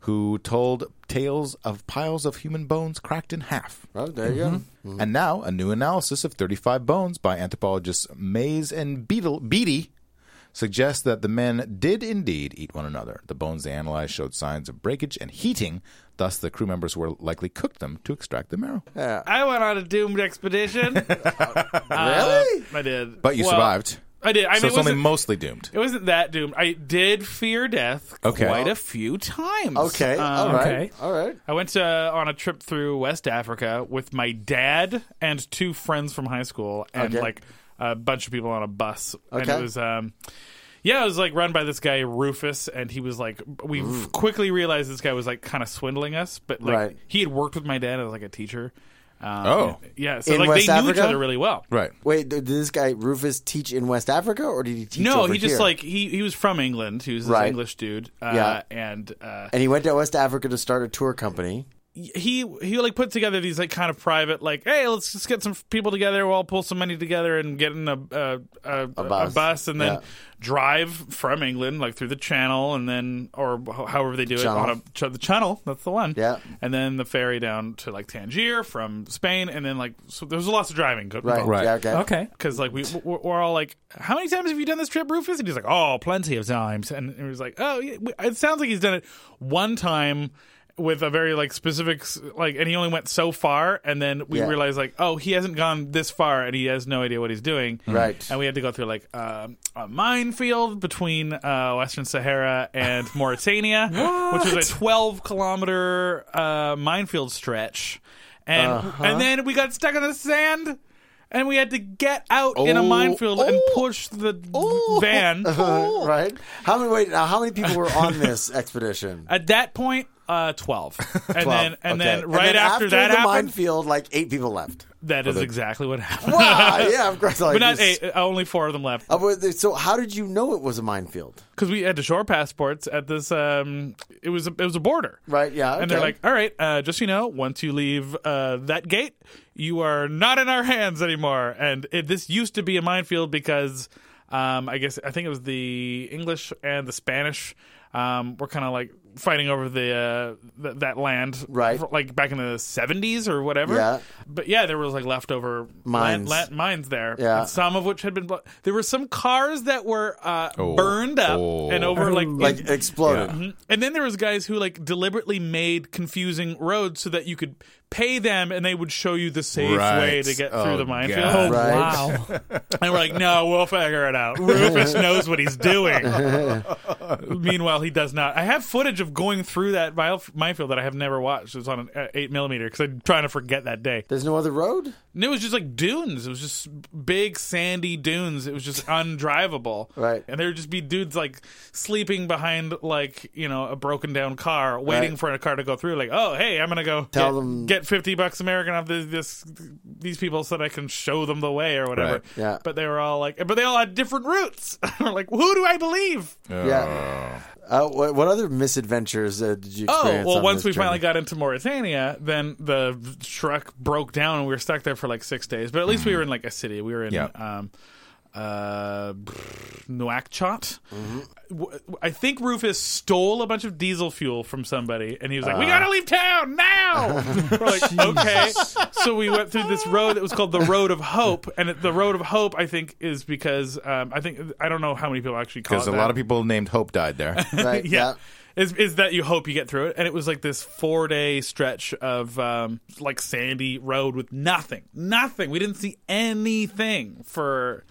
S2: who told tales of piles of human bones cracked in half.
S5: Well, there you go.
S4: Mm-hmm.
S2: And now, a new analysis of 35 bones by anthropologists Mays and Beadle, Beatty suggests that the men did indeed eat one another. The bones they analyzed showed signs of breakage and heating, thus, the crew members were likely cooked them to extract the marrow.
S4: I went on a doomed expedition. Uh,
S5: Really?
S4: I did.
S2: But you
S4: Well,
S2: survived.
S4: I did. I
S2: so
S4: mean,
S2: it's
S4: it,
S2: only
S4: wasn't,
S2: mostly doomed.
S4: it wasn't that doomed. I did fear death
S2: Okay.
S4: quite a few times.
S5: Okay.
S4: Um,
S5: all right.
S3: okay.
S5: All right.
S4: I went uh, on a trip through West Africa with my dad and two friends from high school, and
S5: Okay.
S4: like a bunch of people on a bus. And
S5: Okay.
S4: it was, um, yeah, it was like run by this guy Rufus, and he was like, we quickly realized this guy was like kind of swindling us, but like
S5: Right.
S4: he had worked with my dad as like a teacher. Um,
S2: Oh.
S4: yeah, so
S5: In
S4: like
S5: West
S4: they knew each
S5: Africa?
S4: other really well.
S2: Right.
S5: Wait, th- did this guy Rufus teach in West Africa, or did he teach?
S4: No,
S5: over
S4: he just
S5: here?
S4: like he, he was from England. He was this
S5: Right.
S4: English dude. Uh,
S5: Yeah.
S4: and uh,
S5: And he went to West Africa to start a tour company.
S4: he he like put together these like kind of private like hey let's just get some people together we'll all pull some money together and get in a a, a, a, bus.
S5: bus.
S4: and then
S5: Yeah.
S4: drive from England like through the Channel and then or ho- however they do
S5: Channel.
S4: it on a ch- the Channel that's the one
S5: Yeah.
S4: and then the ferry down to like Tangier from Spain and then like so there's lots of driving
S5: Right.
S2: Right.
S5: Yeah, okay.
S3: okay.
S4: because like we w- w- we're all like how many times have you done this trip rufus and he's like oh plenty of times and it was like oh yeah, w- it sounds like he's done it one time with a very like specific s- like, and he only went so far, and then we
S5: Yeah.
S4: realized like, oh, he hasn't gone this far, and he has no idea what he's doing.
S5: Right.
S4: And we had to go through like um a minefield between uh, Western Sahara and Mauritania, which was a twelve kilometer uh, minefield stretch, and
S5: Uh-huh.
S4: and then we got stuck in the sand. And we had to get out in a
S5: Oh.
S4: minefield and
S5: Oh.
S4: push the
S5: Oh.
S4: van.
S5: right? How many? Wait, now how many people were on this expedition?
S4: At that point, uh, twelve, and
S5: 12.
S4: then and
S5: Okay.
S4: then right after, that
S5: the
S4: happened,
S5: minefield, like eight people left.
S4: that is exactly what happened.
S5: Wow, yeah, of course. Like,
S4: but not
S5: you s-
S4: eight, uh, only four of them left
S5: Uh, but th- So how did you know it was a minefield?
S4: because we had to show our passports at this. Um, it was a, it was a border,
S5: Right, yeah,
S4: And they're
S5: okay.
S4: like, "All right, uh, just so you know, once you leave uh, that gate, you are not in our hands anymore." And it, this used to be a minefield because um, I guess I think it was the English and the Spanish um, were kind of like fighting over the uh, th- that land,
S5: Right.
S4: for- like back in the seventies or whatever.
S5: Yeah.
S4: But yeah, there was like leftover
S5: Mines.
S4: land, land, mines there.
S5: Yeah.
S4: And some of which had been. Blo- there were some cars that were uh,
S2: Oh.
S4: burned up
S2: Oh.
S4: and over like
S5: Like exploded.
S4: Mhm. And then there was guys who like deliberately made confusing roads so that you could pay them and they would show you the safe
S2: Right.
S4: way to get
S2: Oh,
S4: through the minefield.
S2: God.
S5: Right.
S3: Wow.
S4: And we're like, no, we'll figure it out. Rufus knows what he's doing. Meanwhile, he does not. I have footage of going through that mile- minefield that I have never watched. It was on an uh, eight millimeter because I'm trying to forget that day.
S5: There's no other road.
S4: And it was just like dunes. It was just big sandy dunes. It was just undrivable.
S5: Right.
S4: And there would just be dudes like sleeping behind like, you know, a broken down car, waiting
S5: Right.
S4: for a car to go through. Like, oh, hey, I'm going to go
S5: Tell
S4: get,
S5: them-
S4: get 50 bucks American off this, this, these people so that I can show them the way or whatever.
S2: Right.
S5: Yeah.
S4: But they were all like, but they all had different routes. We're like, who do I believe?
S2: Oh.
S5: Yeah. Uh, what, what other misadventures uh, did you
S4: Oh,
S5: experience?
S4: well,
S5: on
S4: once
S5: this
S4: we
S5: journey?
S4: finally got into Mauritania, then the truck broke down and we were stuck there for like six days. But at least we were in like a city. We were in
S2: Yeah.
S4: um, uh, Nouakchott. W- I think Rufus stole a bunch of diesel fuel from somebody and he was like, We gotta leave town now! we're like, Okay. So we went through this road that was called the Road of Hope. And it- the Road of Hope, I think, is because um, I think, I don't know how many people actually call it.
S2: Because a
S4: that
S2: lot of people named Hope died there.
S5: Right, yeah.
S4: is is that you hope you get through it and it was like this four day stretch of um like sandy road with nothing nothing we didn't see anything for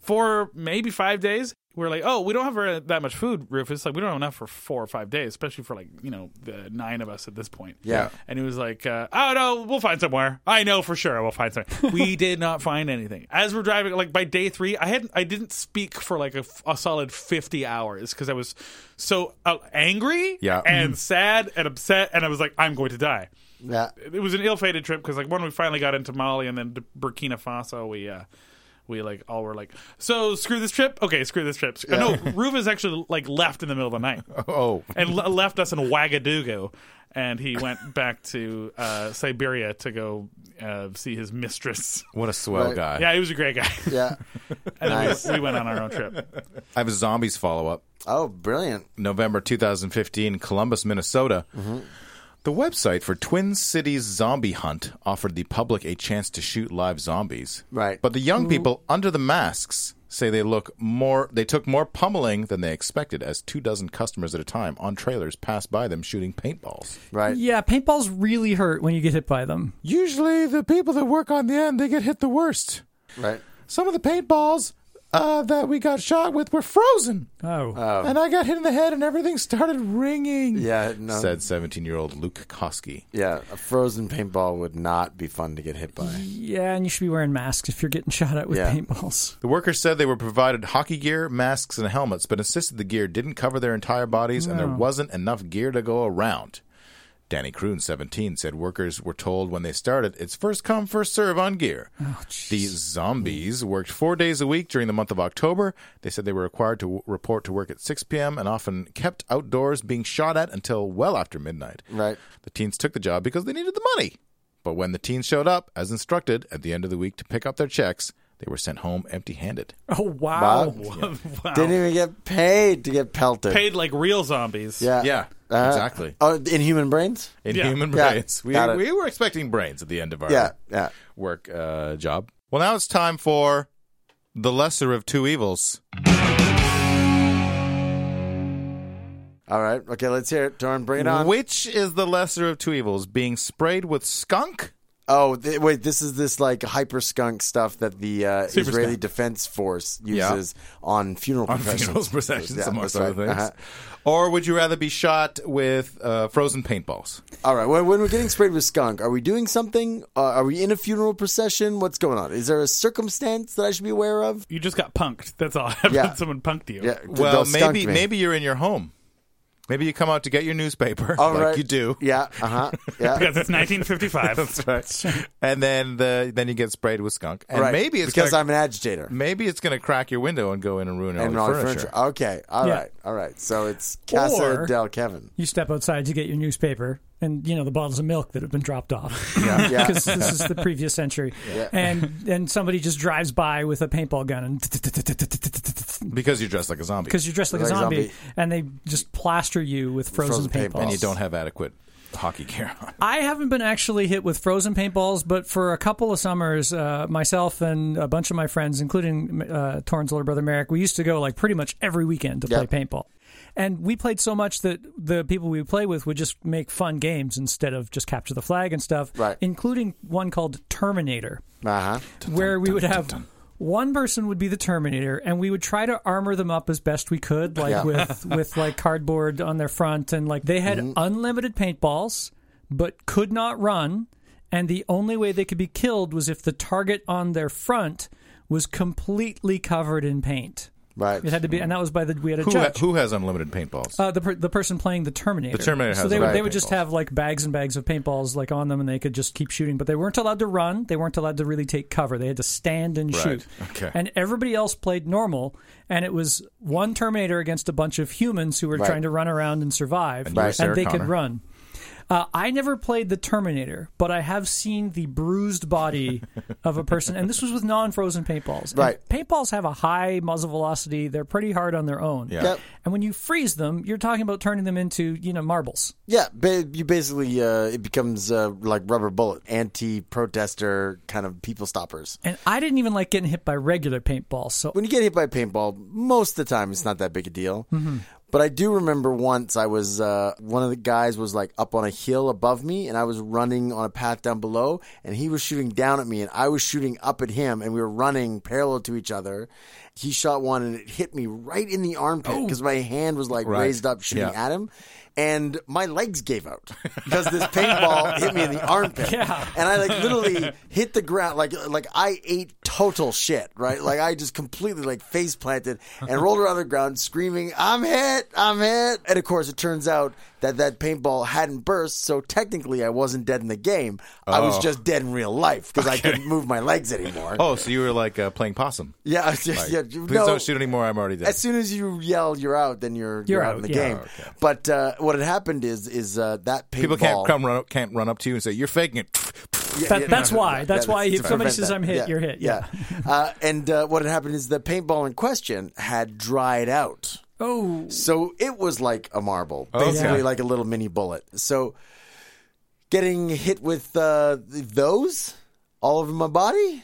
S4: four maybe five days we are like oh we don't have very- that much food rufus like we don't have enough for four or five days especially for like you know the nine of us at this point
S5: Yeah.
S4: and he was like uh, oh no we'll find somewhere i know for sure we'll find something we did not find anything as we're driving like by day three i hadn't i didn't speak for like a, f- a solid 50 hours because i was so uh, angry
S2: Yeah.
S4: and sad and upset and i was like i'm going to die
S5: Yeah.
S4: it was an ill-fated trip because like when we finally got into Mali and then to Burkina Faso, we uh we like all were like, so screw this trip. Okay, screw this trip. Uh, no, Rufus actually like left in the middle of the night
S2: oh,
S4: and le- left us in Ouagadougou, and he went back to uh, Siberia to go uh, see his mistress.
S2: what a swell
S5: Right.
S2: guy.
S4: Yeah, he was a great guy.
S5: Yeah.
S4: and then
S5: Nice.
S4: we, we went on our own trip.
S2: I have a zombies follow up.
S5: Oh, brilliant.
S2: November 2015, Columbus, Minnesota.
S5: Mm-hmm.
S2: The website for Twin Cities Zombie Hunt offered the public a chance to shoot live zombies.
S5: Right. Mm-hmm.
S2: But the young people under the masks say they look more they took more pummeling than they expected as two dozen customers at a time on trailers passed by them shooting paintballs.
S5: Right.
S3: yeah, paintballs really hurt when you get hit by them.
S2: Usually the people that work on the end they get hit the worst.
S5: Right.
S2: Some of the paintballs uh, that we got shot with were frozen.
S3: Oh.
S2: And I got hit in the head and everything started ringing.
S5: Yeah. No.
S2: Said 17 year old Luke Koski.
S5: Yeah. A frozen paintball would not be fun to get hit by.
S3: yeah, and you should be wearing masks if you're getting shot at with
S5: Yeah.
S3: paintballs.
S2: The workers said they were provided hockey gear, masks, and helmets, but insisted the gear didn't cover their entire bodies and there wasn't enough gear to go around. Danny Croon, 17, said workers were told when they started, it's first come, first serve on gear. the zombies worked four days a week during the month of October. They said they were required to w- report to work at 6 p.m. and often kept outdoors being shot at until well after midnight.
S5: Right.
S2: The teens took the job because they needed the money. But when the teens showed up, as instructed, at the end of the week to pick up their checks, they were sent home empty handed.
S3: Oh, wow.
S4: wow.
S5: Didn't even get paid to get pelted.
S4: Oh. Paid like real zombies.
S5: Yeah.
S2: Yeah,
S5: Uh,
S2: exactly.
S5: Oh, in human brains?
S2: In
S4: yeah.
S2: human
S5: Yeah,
S2: brains. We,
S5: got it.
S2: we were expecting brains at the end of our
S5: Yeah. Yeah.
S2: work uh, job. Well, now it's time for the lesser of two evils.
S5: All right. Okay, let's hear it. Torn, bring it on.
S2: Which is the lesser of two evils? Being sprayed with skunk?
S5: Oh, th- wait, this is this like hyper skunk stuff that the uh,
S4: Super
S5: Israeli
S4: skunk.
S5: Defense Force
S2: Yeah.
S5: uses on funeral
S2: On
S5: processions.
S2: funerals, processions,
S5: Yeah,
S2: amongst
S5: that's
S2: other
S5: right.
S2: things.
S5: Uh-huh.
S2: Or would you rather be shot with uh, frozen paintballs?
S5: All right. Well, when we're getting sprayed with skunk, are we doing something? Uh, are we in a funeral procession? What's going on? Is there a circumstance that I should be aware of?
S4: You just got punked. That's all. happened.
S5: Yeah.
S4: Someone punked you.
S5: Yeah. th-
S2: Well,
S5: they'll skunk
S2: maybe
S5: me.
S2: maybe you're in your home. Maybe you come out to get your newspaper,
S5: All
S2: like
S5: right.
S2: you do,
S5: Yeah. Uh huh. Yeah.
S4: Because it's 1955. That's right.
S2: and then the then you get sprayed with skunk, and
S5: right.
S2: maybe it's
S5: because
S2: gonna,
S5: I'm an agitator
S2: maybe it's going to crack your window and go in and ruin all
S5: and
S2: your
S5: wrong
S2: furniture.
S5: furniture. Okay. All right.
S3: Yeah.
S5: All right. So it's Casa
S3: Or-
S5: del Kevin.
S3: You step outside to get your newspaper and you know the bottles of milk that have been dropped off
S5: Yeah. yeah.
S3: because this is the previous century. And and somebody just drives by with a paintball gun and
S2: Because you're dressed like a zombie
S3: because you're dressed like a
S5: Like a
S3: zombie
S5: zombie.
S3: and they just plaster you with frozen,
S5: Frozen paintballs.
S3: paintballs.
S2: and you don't have adequate hockey gear on.
S3: I haven't been actually hit with frozen paintballs, but for a couple of summers, uh, myself and a bunch of my friends, including uh, Torn's older brother Merrick, we used to go like pretty much every weekend to
S5: Yep.
S3: play paintball. And we played so much that the people we would play with would just make fun games instead of just capture the flag and stuff,
S5: Right.
S3: including one called Terminator
S5: Uh huh.
S3: where we would have one person would be the Terminator, and we would try to armor them up as best we could, like
S5: Yeah.
S3: with with like cardboard on their front, and like they had unlimited paintballs, but could not run, and the only way they could be killed was if the target on their front was completely covered in paint.
S5: Right.
S3: It had to be, and that was by the we had a
S2: Who,
S3: judge.
S2: who has unlimited paintballs?
S3: Uh, the per, the person playing the Terminator.
S2: The Terminator
S3: So
S2: has
S3: they
S2: a
S3: would
S2: bag
S3: they
S2: of
S3: would just
S2: paintballs.
S3: have like bags and bags of paintballs like on them, and they could just keep shooting. But they weren't allowed to run. They weren't allowed to really take cover. They had to stand and
S2: Right.
S3: shoot.
S2: Okay.
S3: And everybody else played normal, and it was one Terminator against a bunch of humans who were trying to run around and survive,
S2: you were Sarah
S3: they
S2: Connor.
S3: could run. Uh, I never played the Terminator, but I have seen the bruised body of a person, and this was with non-frozen paintballs. And
S5: Right.
S3: paintballs have a high muzzle velocity; they're pretty hard on their own.
S2: Yeah.
S5: Yep.
S3: And when you freeze them, you're talking about turning them into, you know, marbles.
S5: Yeah, ba- you basically uh, it becomes uh, like rubber bullet, anti-protester kind of people stoppers.
S3: And I didn't even like getting hit by regular paintballs. So
S5: When you get hit by a paintball, most of the time it's not that big a deal.
S2: Mm-hmm.
S5: But I do remember once I was uh, one of the guys was like up on a hill above me, and I was running on a path down below, and he was shooting down at me, and I was shooting up at him, and we were running parallel to each other. He shot one, and it hit me right in the armpit because my hand was like
S2: Oh. Right.
S5: raised up shooting
S2: Yeah.
S5: at him. And my legs gave out because this paintball hit me in the armpit, and I like literally hit the ground like like I ate total shit, right? Like I just completely like face planted and rolled around the ground screaming, "I'm hit! I'm hit!" And of course, it turns out that that paintball hadn't burst, so technically I wasn't dead in the game. I was
S2: Oh.
S5: just dead in real life because I couldn't move my legs anymore.
S2: oh, so you were like uh, playing possum.
S5: Yeah, I was just-
S2: Like,
S5: yeah,
S2: please
S5: no.
S2: don't shoot anymore. I'm already dead.
S5: As soon as you yell, you're out. Then you're you're,
S3: You're
S5: out,
S3: out,
S5: in the
S3: yeah.
S5: game.
S2: Oh, okay.
S5: But uh, what had happened is is uh, that paintball
S2: People can't come run up, can't run up to you and say you're faking it.
S5: Yeah,
S3: That-
S5: yeah,
S3: that's
S5: no, no,
S3: why.
S5: no,
S3: That's why
S5: to
S3: if somebody
S5: prevent
S3: says,
S5: that.
S3: "I'm hit,"
S5: Yeah,
S3: you're hit.
S5: Yeah. uh, and uh, what had happened is the paintball in question had dried out.
S3: oh,
S5: So it was like a marble,
S2: Oh, Okay.
S5: basically like a little mini bullet. So getting hit with uh, those all over my body,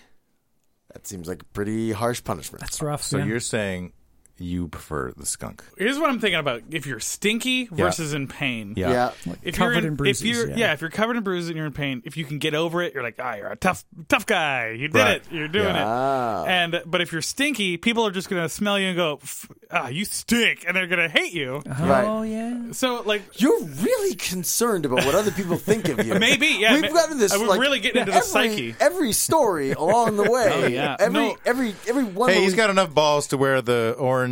S5: that seems like a pretty harsh punishment.
S3: that's rough.
S2: So
S3: yeah.
S2: you're saying you prefer the skunk?
S4: Here's what I'm thinking about: if you're stinky versus in pain.
S2: Yeah.
S5: yeah.
S4: If
S3: Covered
S4: you're in,
S3: in bruises,
S4: if you're,
S3: yeah.
S4: if you're covered in bruises and you're in pain, if you can get over it, you're like, ah, you're a tough, tough guy. You did
S2: Right.
S4: it. You're doing
S2: Yeah.
S4: it. And but if you're stinky, people are just gonna smell you and go, "F- ah, you stink, and they're gonna hate you.
S3: oh
S5: Right.
S3: yeah.
S4: So like,
S5: You're really concerned about what other people think of you.
S4: Maybe, yeah,
S5: We've
S4: ma-
S5: gotten this.
S4: uh, we're
S5: like,
S4: really getting into the
S5: every,
S4: psyche.
S5: Every story along the way.
S4: Oh, yeah.
S5: Every
S4: No.
S5: every every one.
S2: Hey,
S5: where
S2: he's
S5: we-
S2: got enough balls to wear the orange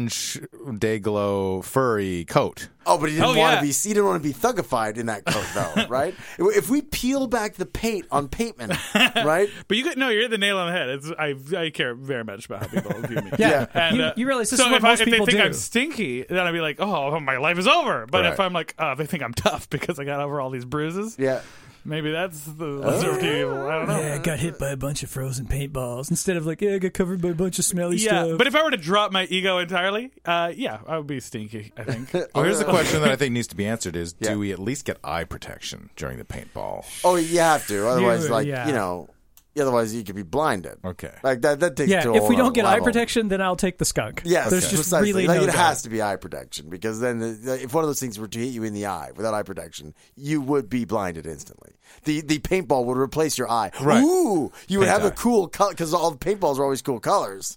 S2: day glow furry coat.
S5: Oh, but he didn't
S4: Oh,
S5: want
S4: yeah.
S5: to be. He didn't want to be thugified in that coat, though, right? if we peel back the paint on pavement, right?
S4: but you get no, you're the nail on the head. It's I I care very much about how people view me.
S3: Yeah.
S4: And,
S3: you,
S4: uh,
S3: you realize this
S4: so
S3: is what
S4: if,
S3: most
S4: I, if
S3: people
S4: they think
S3: do.
S4: I'm stinky, then I'd be like, oh, my life is over. But if
S2: Right.
S4: I'm like, oh, they think I'm tough because I got over all these bruises,
S5: Yeah.
S4: maybe that's the
S2: Oh.
S4: lesser of two evils. I don't know.
S3: yeah, I got hit by a bunch of frozen paintballs instead of like, yeah, I got covered by a bunch of smelly
S4: Yeah,
S3: stuff.
S4: but if I were to drop my ego entirely, uh, yeah, I would be stinky. I think.
S2: Well, here's the question that I think needs to be answered: Is
S5: Oh, Yeah.
S2: do we at least get eye protection during the paintball?
S5: Oh, you have to. Otherwise,
S3: You-
S5: like
S3: yeah.
S5: you know, Otherwise, you could be blinded.
S2: Okay.
S5: Like that. That takes.
S3: Yeah,
S5: to a
S3: if we
S5: whole
S3: don't get
S5: level.
S3: eye protection, then I'll take the skunk.
S5: Yes,
S3: there's just
S5: precisely.
S3: really
S5: like
S3: no
S5: it
S3: doubt.
S5: has to be eye protection because then the, if one of those things were to hit you in the eye without eye protection, you would be blinded instantly. The the paintball would replace your eye.
S2: Right.
S5: Ooh, you would
S2: Paint
S5: have a
S2: eye.
S5: cool color because all the paintballs are always cool colors.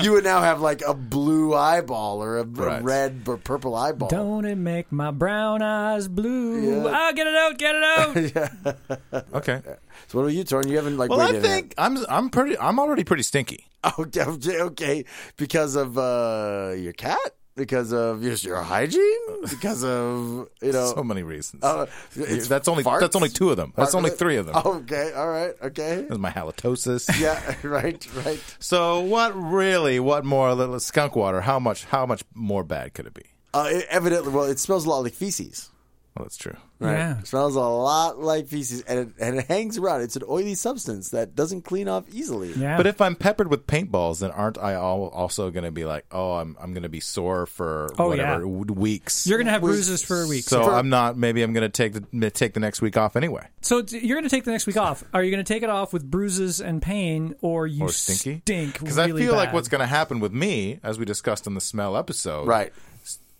S5: you would now have like a blue eyeball or a, b-
S2: Right.
S5: red or purple eyeball.
S3: Don't it make my brown eyes blue?
S5: Yeah.
S3: Oh, get it out, get it out.
S2: Okay.
S5: So what are you, Torn? You haven't like.
S2: Well, I
S5: waited in
S2: think I'm I'm pretty I'm already pretty stinky.
S5: it. Okay, okay, okay. because of uh, your cat, because of your, your hygiene, because of you know.
S2: So many reasons.
S5: uh, it's
S2: that's only
S5: farts?
S2: that's only two of them. That's
S5: Are-
S2: only three of them.
S5: Okay, all right, okay.
S2: That's my halitosis.
S5: Yeah, right, right.
S2: So what really? What more? Little skunk water. How much? How much more bad could it be?
S5: Uh, it, evidently, well, it smells a lot like feces.
S2: Well, that's true.
S3: Yeah.
S5: It smells a lot like feces, and it, and it hangs around. It's an oily substance that doesn't clean off easily.
S3: Yeah.
S2: But if I'm peppered with paintballs, then aren't I al- also going to be like, oh, I'm I'm going to be sore for
S3: Oh,
S2: whatever
S3: yeah.
S2: w- weeks?
S3: you're gonna have
S5: was-
S3: bruises for a week.
S2: so I'm not. Maybe I'm going to take the take the next week off anyway.
S3: So it's- you're going to take the next week off. Are you going to take it off with bruises and pain, or you
S2: or stinky
S3: stink?
S2: because
S3: really
S2: I feel like
S3: bad?
S2: what's going to happen with me, as we discussed in the smell episode,
S5: Right.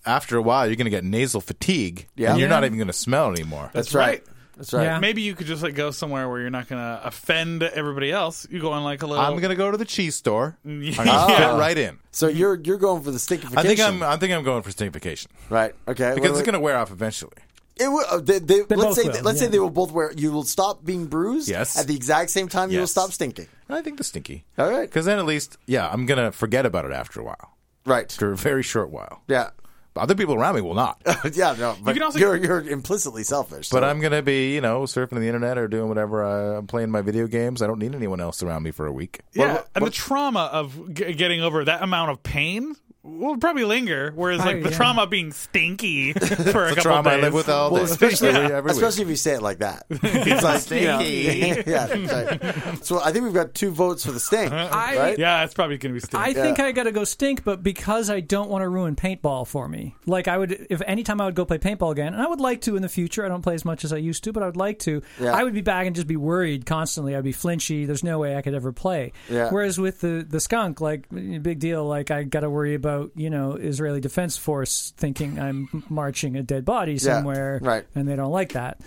S2: After a while, you're going to get nasal fatigue,
S5: Yeah.
S2: and you're not
S3: Yeah.
S2: even going to smell anymore.
S5: That's right. That's right.
S3: Yeah.
S4: Maybe you could just like go somewhere where you're not gonna offend everybody else. You go on like a little.
S2: I'm going to go to the cheese store. I'm going to
S5: Yeah.
S2: fit right in.
S5: So you're you're going for the stinkification.
S2: I think I'm. I think I'm going for stinkification
S5: right. Okay.
S2: because it's going to wear off eventually.
S5: It will, uh, they, they,
S3: both
S5: let's say
S3: will,
S5: that- let's say
S3: yeah.
S5: they will both wear. You will stop being bruised.
S2: Yes.
S5: At the exact same time, you will
S2: Yes.
S5: stop stinking.
S2: I think the stinky.
S5: All right.
S2: Because then at least, yeah, I'm going to forget about it after a while,
S5: Right.
S2: after a very short while.
S5: Yeah.
S2: But other people around me will not.
S5: yeah. No. But you
S4: can also-
S5: are you're implicitly selfish.
S2: But
S5: so-
S2: I'm going to be, you know, surfing the internet or doing whatever. I, I'm playing my video games. I don't need anyone else around me for a week.
S4: Yeah, and the trauma of g- getting over that amount of pain will probably linger. Whereas, like
S3: Oh,
S4: the
S3: yeah.
S4: trauma of being stinky for a couple
S2: The trauma
S4: days.
S2: I live with all day.
S5: especially-
S2: every, every week.
S5: Especially if you say it like that. It's like stinky. yeah, that's right. So I think we've got two votes for the stink.
S3: I-
S5: right?
S4: Yeah, it's probably gonna be stinky.
S3: I think I gotta go stink, but because I don't want to ruin paintball for me. Like I would, if anytime I would go play paintball again, and I would like to in the future. I don't play as much as I used to, but I would like to.
S5: Yeah.
S3: I would be back and just be worried constantly. I'd be flinchy. There's no way I could ever play.
S5: Yeah.
S3: Whereas with the the skunk, like big deal. Like I gotta worry about you know Israeli Defense Force thinking I'm marching a dead body somewhere,
S5: right.
S3: And they don't like that.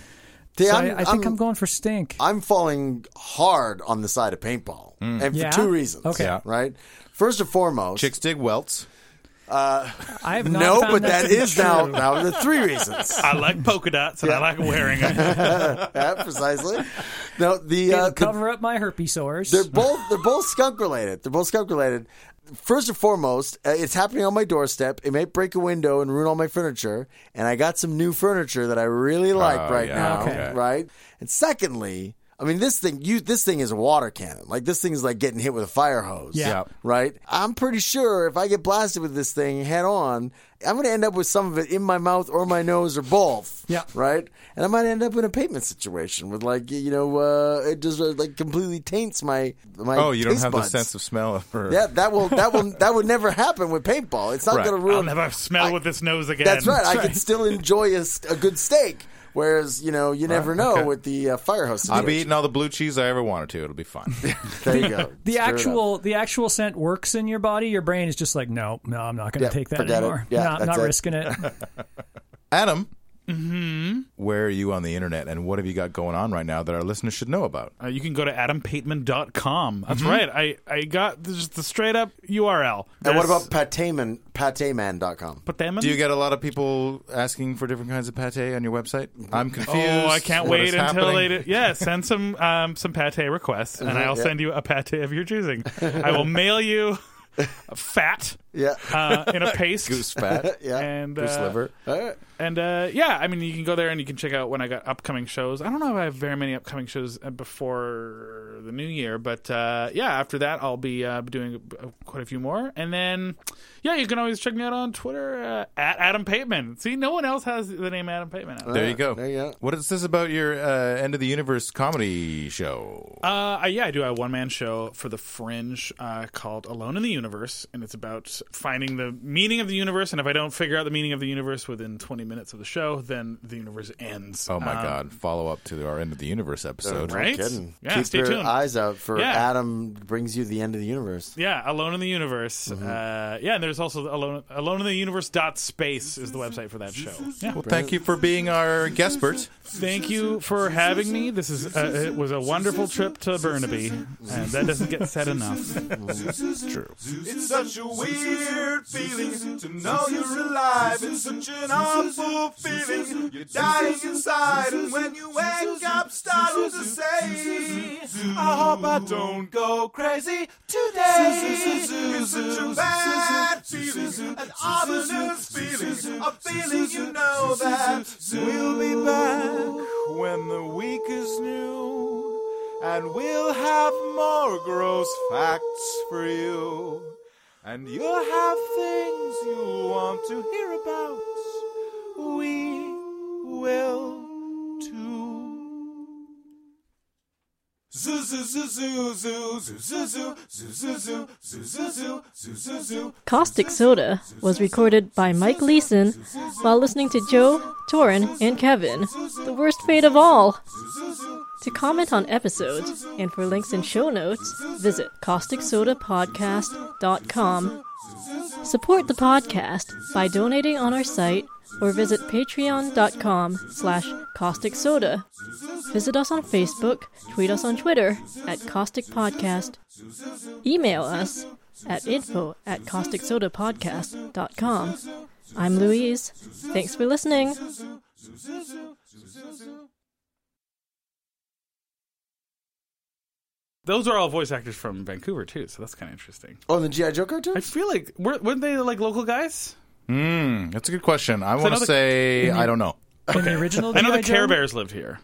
S5: See,
S3: So
S5: I'm-
S3: I, I think
S5: I'm-
S3: I'm, going for stink.
S5: I'm falling hard on the side of paintball, and for
S3: Yeah?
S5: two reasons.
S3: Okay.
S2: Yeah.
S5: Right. First and foremost,
S2: Chicks dig welts.
S3: I have not
S5: no,
S3: found
S5: but
S3: that,
S5: that
S3: to be
S5: is now
S3: true.
S5: now the three reasons.
S4: I like polka dots and I like wearing them.
S5: yeah, precisely. No, the, uh,
S3: It'll
S5: the
S3: cover up my herpes sores.
S5: They're both they're both skunk related. They're both skunk related. First and foremost, uh, it's happening on my doorstep. It may break a window and ruin all my furniture, and I got some new furniture that I really like
S2: Oh,
S5: right
S2: yeah,
S5: now,
S2: okay.
S5: right? And secondly, I mean this thing you this thing is a water cannon. Like this thing is like getting hit with a fire hose.
S3: Yeah.
S5: Right? I'm pretty sure if I get blasted with this thing head on, I'm going to end up with some of it in my mouth or my nose or both.
S3: Yeah.
S5: Right? And I might end up in a pavement situation with like, you know, uh, it just uh, like completely taints my my
S2: Oh, you don't
S5: taste
S2: have
S5: buds.
S2: the sense of smell for
S5: Yeah, that will that will that would never happen with paintball. It's not
S2: Right.
S5: going to
S4: I'll
S5: ruin
S4: never smell with this nose again.
S5: That's right. I can still enjoy a, s- a good steak. Whereas, you know, you never know
S2: okay.
S5: with the uh, fire hose.
S2: I'll be
S5: situation.
S2: eating all the blue cheese I ever wanted to. It'll be fine.
S5: There you go.
S3: the
S5: Stir it up.
S3: actual the actual scent works in your body. Your brain is just like, no, no, I'm not going to
S5: Yeah,
S3: take that
S5: forget it.
S3: anymore.
S5: Yeah,
S3: not
S5: that's
S3: not
S5: it."
S3: risking it.
S2: Adam, where are you on the internet, and what have you got going on right now that our listeners should know about?
S4: Uh, you can go to adampateman.com. That's right. I, I got just the straight up URL.
S5: And what about pateman, pateman.com?
S4: Pateman?
S2: Do you get a lot of people asking for different kinds of pate on your website? I'm confused.
S4: Oh, I can't
S2: What
S4: wait
S2: is
S4: until
S2: happening? Mm-hmm,
S4: they do. Yeah, send some um, some pate requests, and I'll send you a pate of your choosing. I will mail you a fat
S5: Yeah.
S4: uh, in a paste.
S2: Goose fat,
S5: Yeah.
S4: And
S2: goose
S4: uh,
S2: liver.
S4: and uh, yeah, I mean, you can go there and you can check out when I got upcoming shows. I don't know if I have very many upcoming shows uh, before the new year, but uh, yeah, after that I'll be uh, doing uh, quite a few more. And then, yeah, you can always check me out on Twitter uh, at Adam Pateman. See, no one else has the name Adam Pateman. out.
S2: There you go.
S5: There you go.
S2: What is this about your uh, end of the universe comedy show?
S4: Uh, I, yeah, I do a one man show for the Fringe uh, called Alone in the Universe, and it's about finding the meaning of the universe. And if I don't figure out the meaning of the universe within 20 minutes of the show, then the universe ends.
S2: Oh my
S4: Um,
S2: God! Follow up to our end of the universe episode.
S4: Right?
S5: Kidding.
S4: Yeah,
S5: Keep
S4: stay
S5: your
S4: tuned.
S5: eyes out for
S4: Yeah.
S5: Adam brings you the end of the universe.
S4: Yeah, Alone in the Universe. Uh, yeah, and there's also the Alone Alone in the Universe dot space is the website for that show. Yeah.
S2: Well, thank you for being our guest, Bert.
S4: Thank you for having me. This is uh, it was a wonderful trip to Burnaby, and that doesn't get said enough.
S7: It's such a weird feeling to know you're alive. It's such an awful feeling. You're dying inside, and when you wake up, startled to say, I hope I don't go crazy today. It's such a bad feeling, an ominous feeling, a feeling you know that we'll be back when the week is new. And we'll have more gross facts for you. And you'll have things you'll want to hear about. We will too. Zoo zoo zoo zoo zoo zoo zoo zoo zoo zoo zoo zoo zoo zoo zoo zoo.
S8: Caustic Soda was recorded by Mike Leeson while listening to Joe, Torin, and Kevin. The worst fate of all! To comment on episodes and for links and show notes, visit causticsodapodcast.com. Support the podcast by donating on our site or visit patreon.com slash caustic soda. Visit us on Facebook, tweet us on Twitter at caustic podcast, email us at info at causticsodapodcast.com. I'm Louise. Thanks for listening.
S4: Those are all voice actors from Vancouver too, so that's kind of interesting.
S5: Oh, and the GI Joe
S4: I
S5: cartoon.
S4: feel like weren't weren't they like local guys?
S2: Hmm, that's a good question. I want to
S4: know the-
S2: say I don't know.
S3: In the original,
S4: I know the
S3: G.I. Joe?
S4: Care Bears lived here.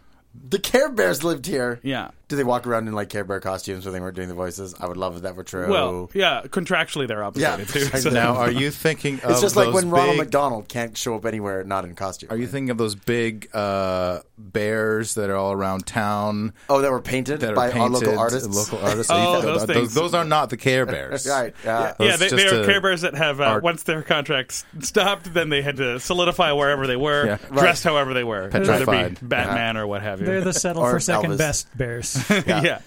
S5: The Care Bears lived here.
S4: Yeah.
S5: Do they walk around in like Care Bear costumes when they weren't doing the voices? I would love if that were true.
S2: Oh.
S4: Well, yeah, contractually they're
S5: yeah.
S4: obligated to. So.
S2: Now, are you thinking of
S5: it's just like
S2: those
S5: when Ronald
S2: big-
S5: McDonald can't show up anywhere not in costume.
S2: Are you thinking of those big uh, bears that are all around town
S5: oh, that were painted
S2: that are
S5: by
S2: painted?
S5: our local artists.
S2: Local artists.
S4: Oh,
S2: Are you thinking
S4: those
S2: of that?
S4: things.
S2: those are not the Care Bears.
S5: Right. Yeah.
S4: Yeah,
S2: Those
S4: they, they
S2: just
S4: are
S2: a-
S4: Care Bears that have uh,
S2: are-
S4: once their contracts stopped, then they had to solidify wherever they were,
S2: Yeah.
S4: dressed however they were, whether it
S2: Petrified. Uh-huh.
S4: be Batman or what have you.
S3: They're the settle
S5: Or
S3: for second
S5: Elvis.
S3: best bears.
S4: yeah.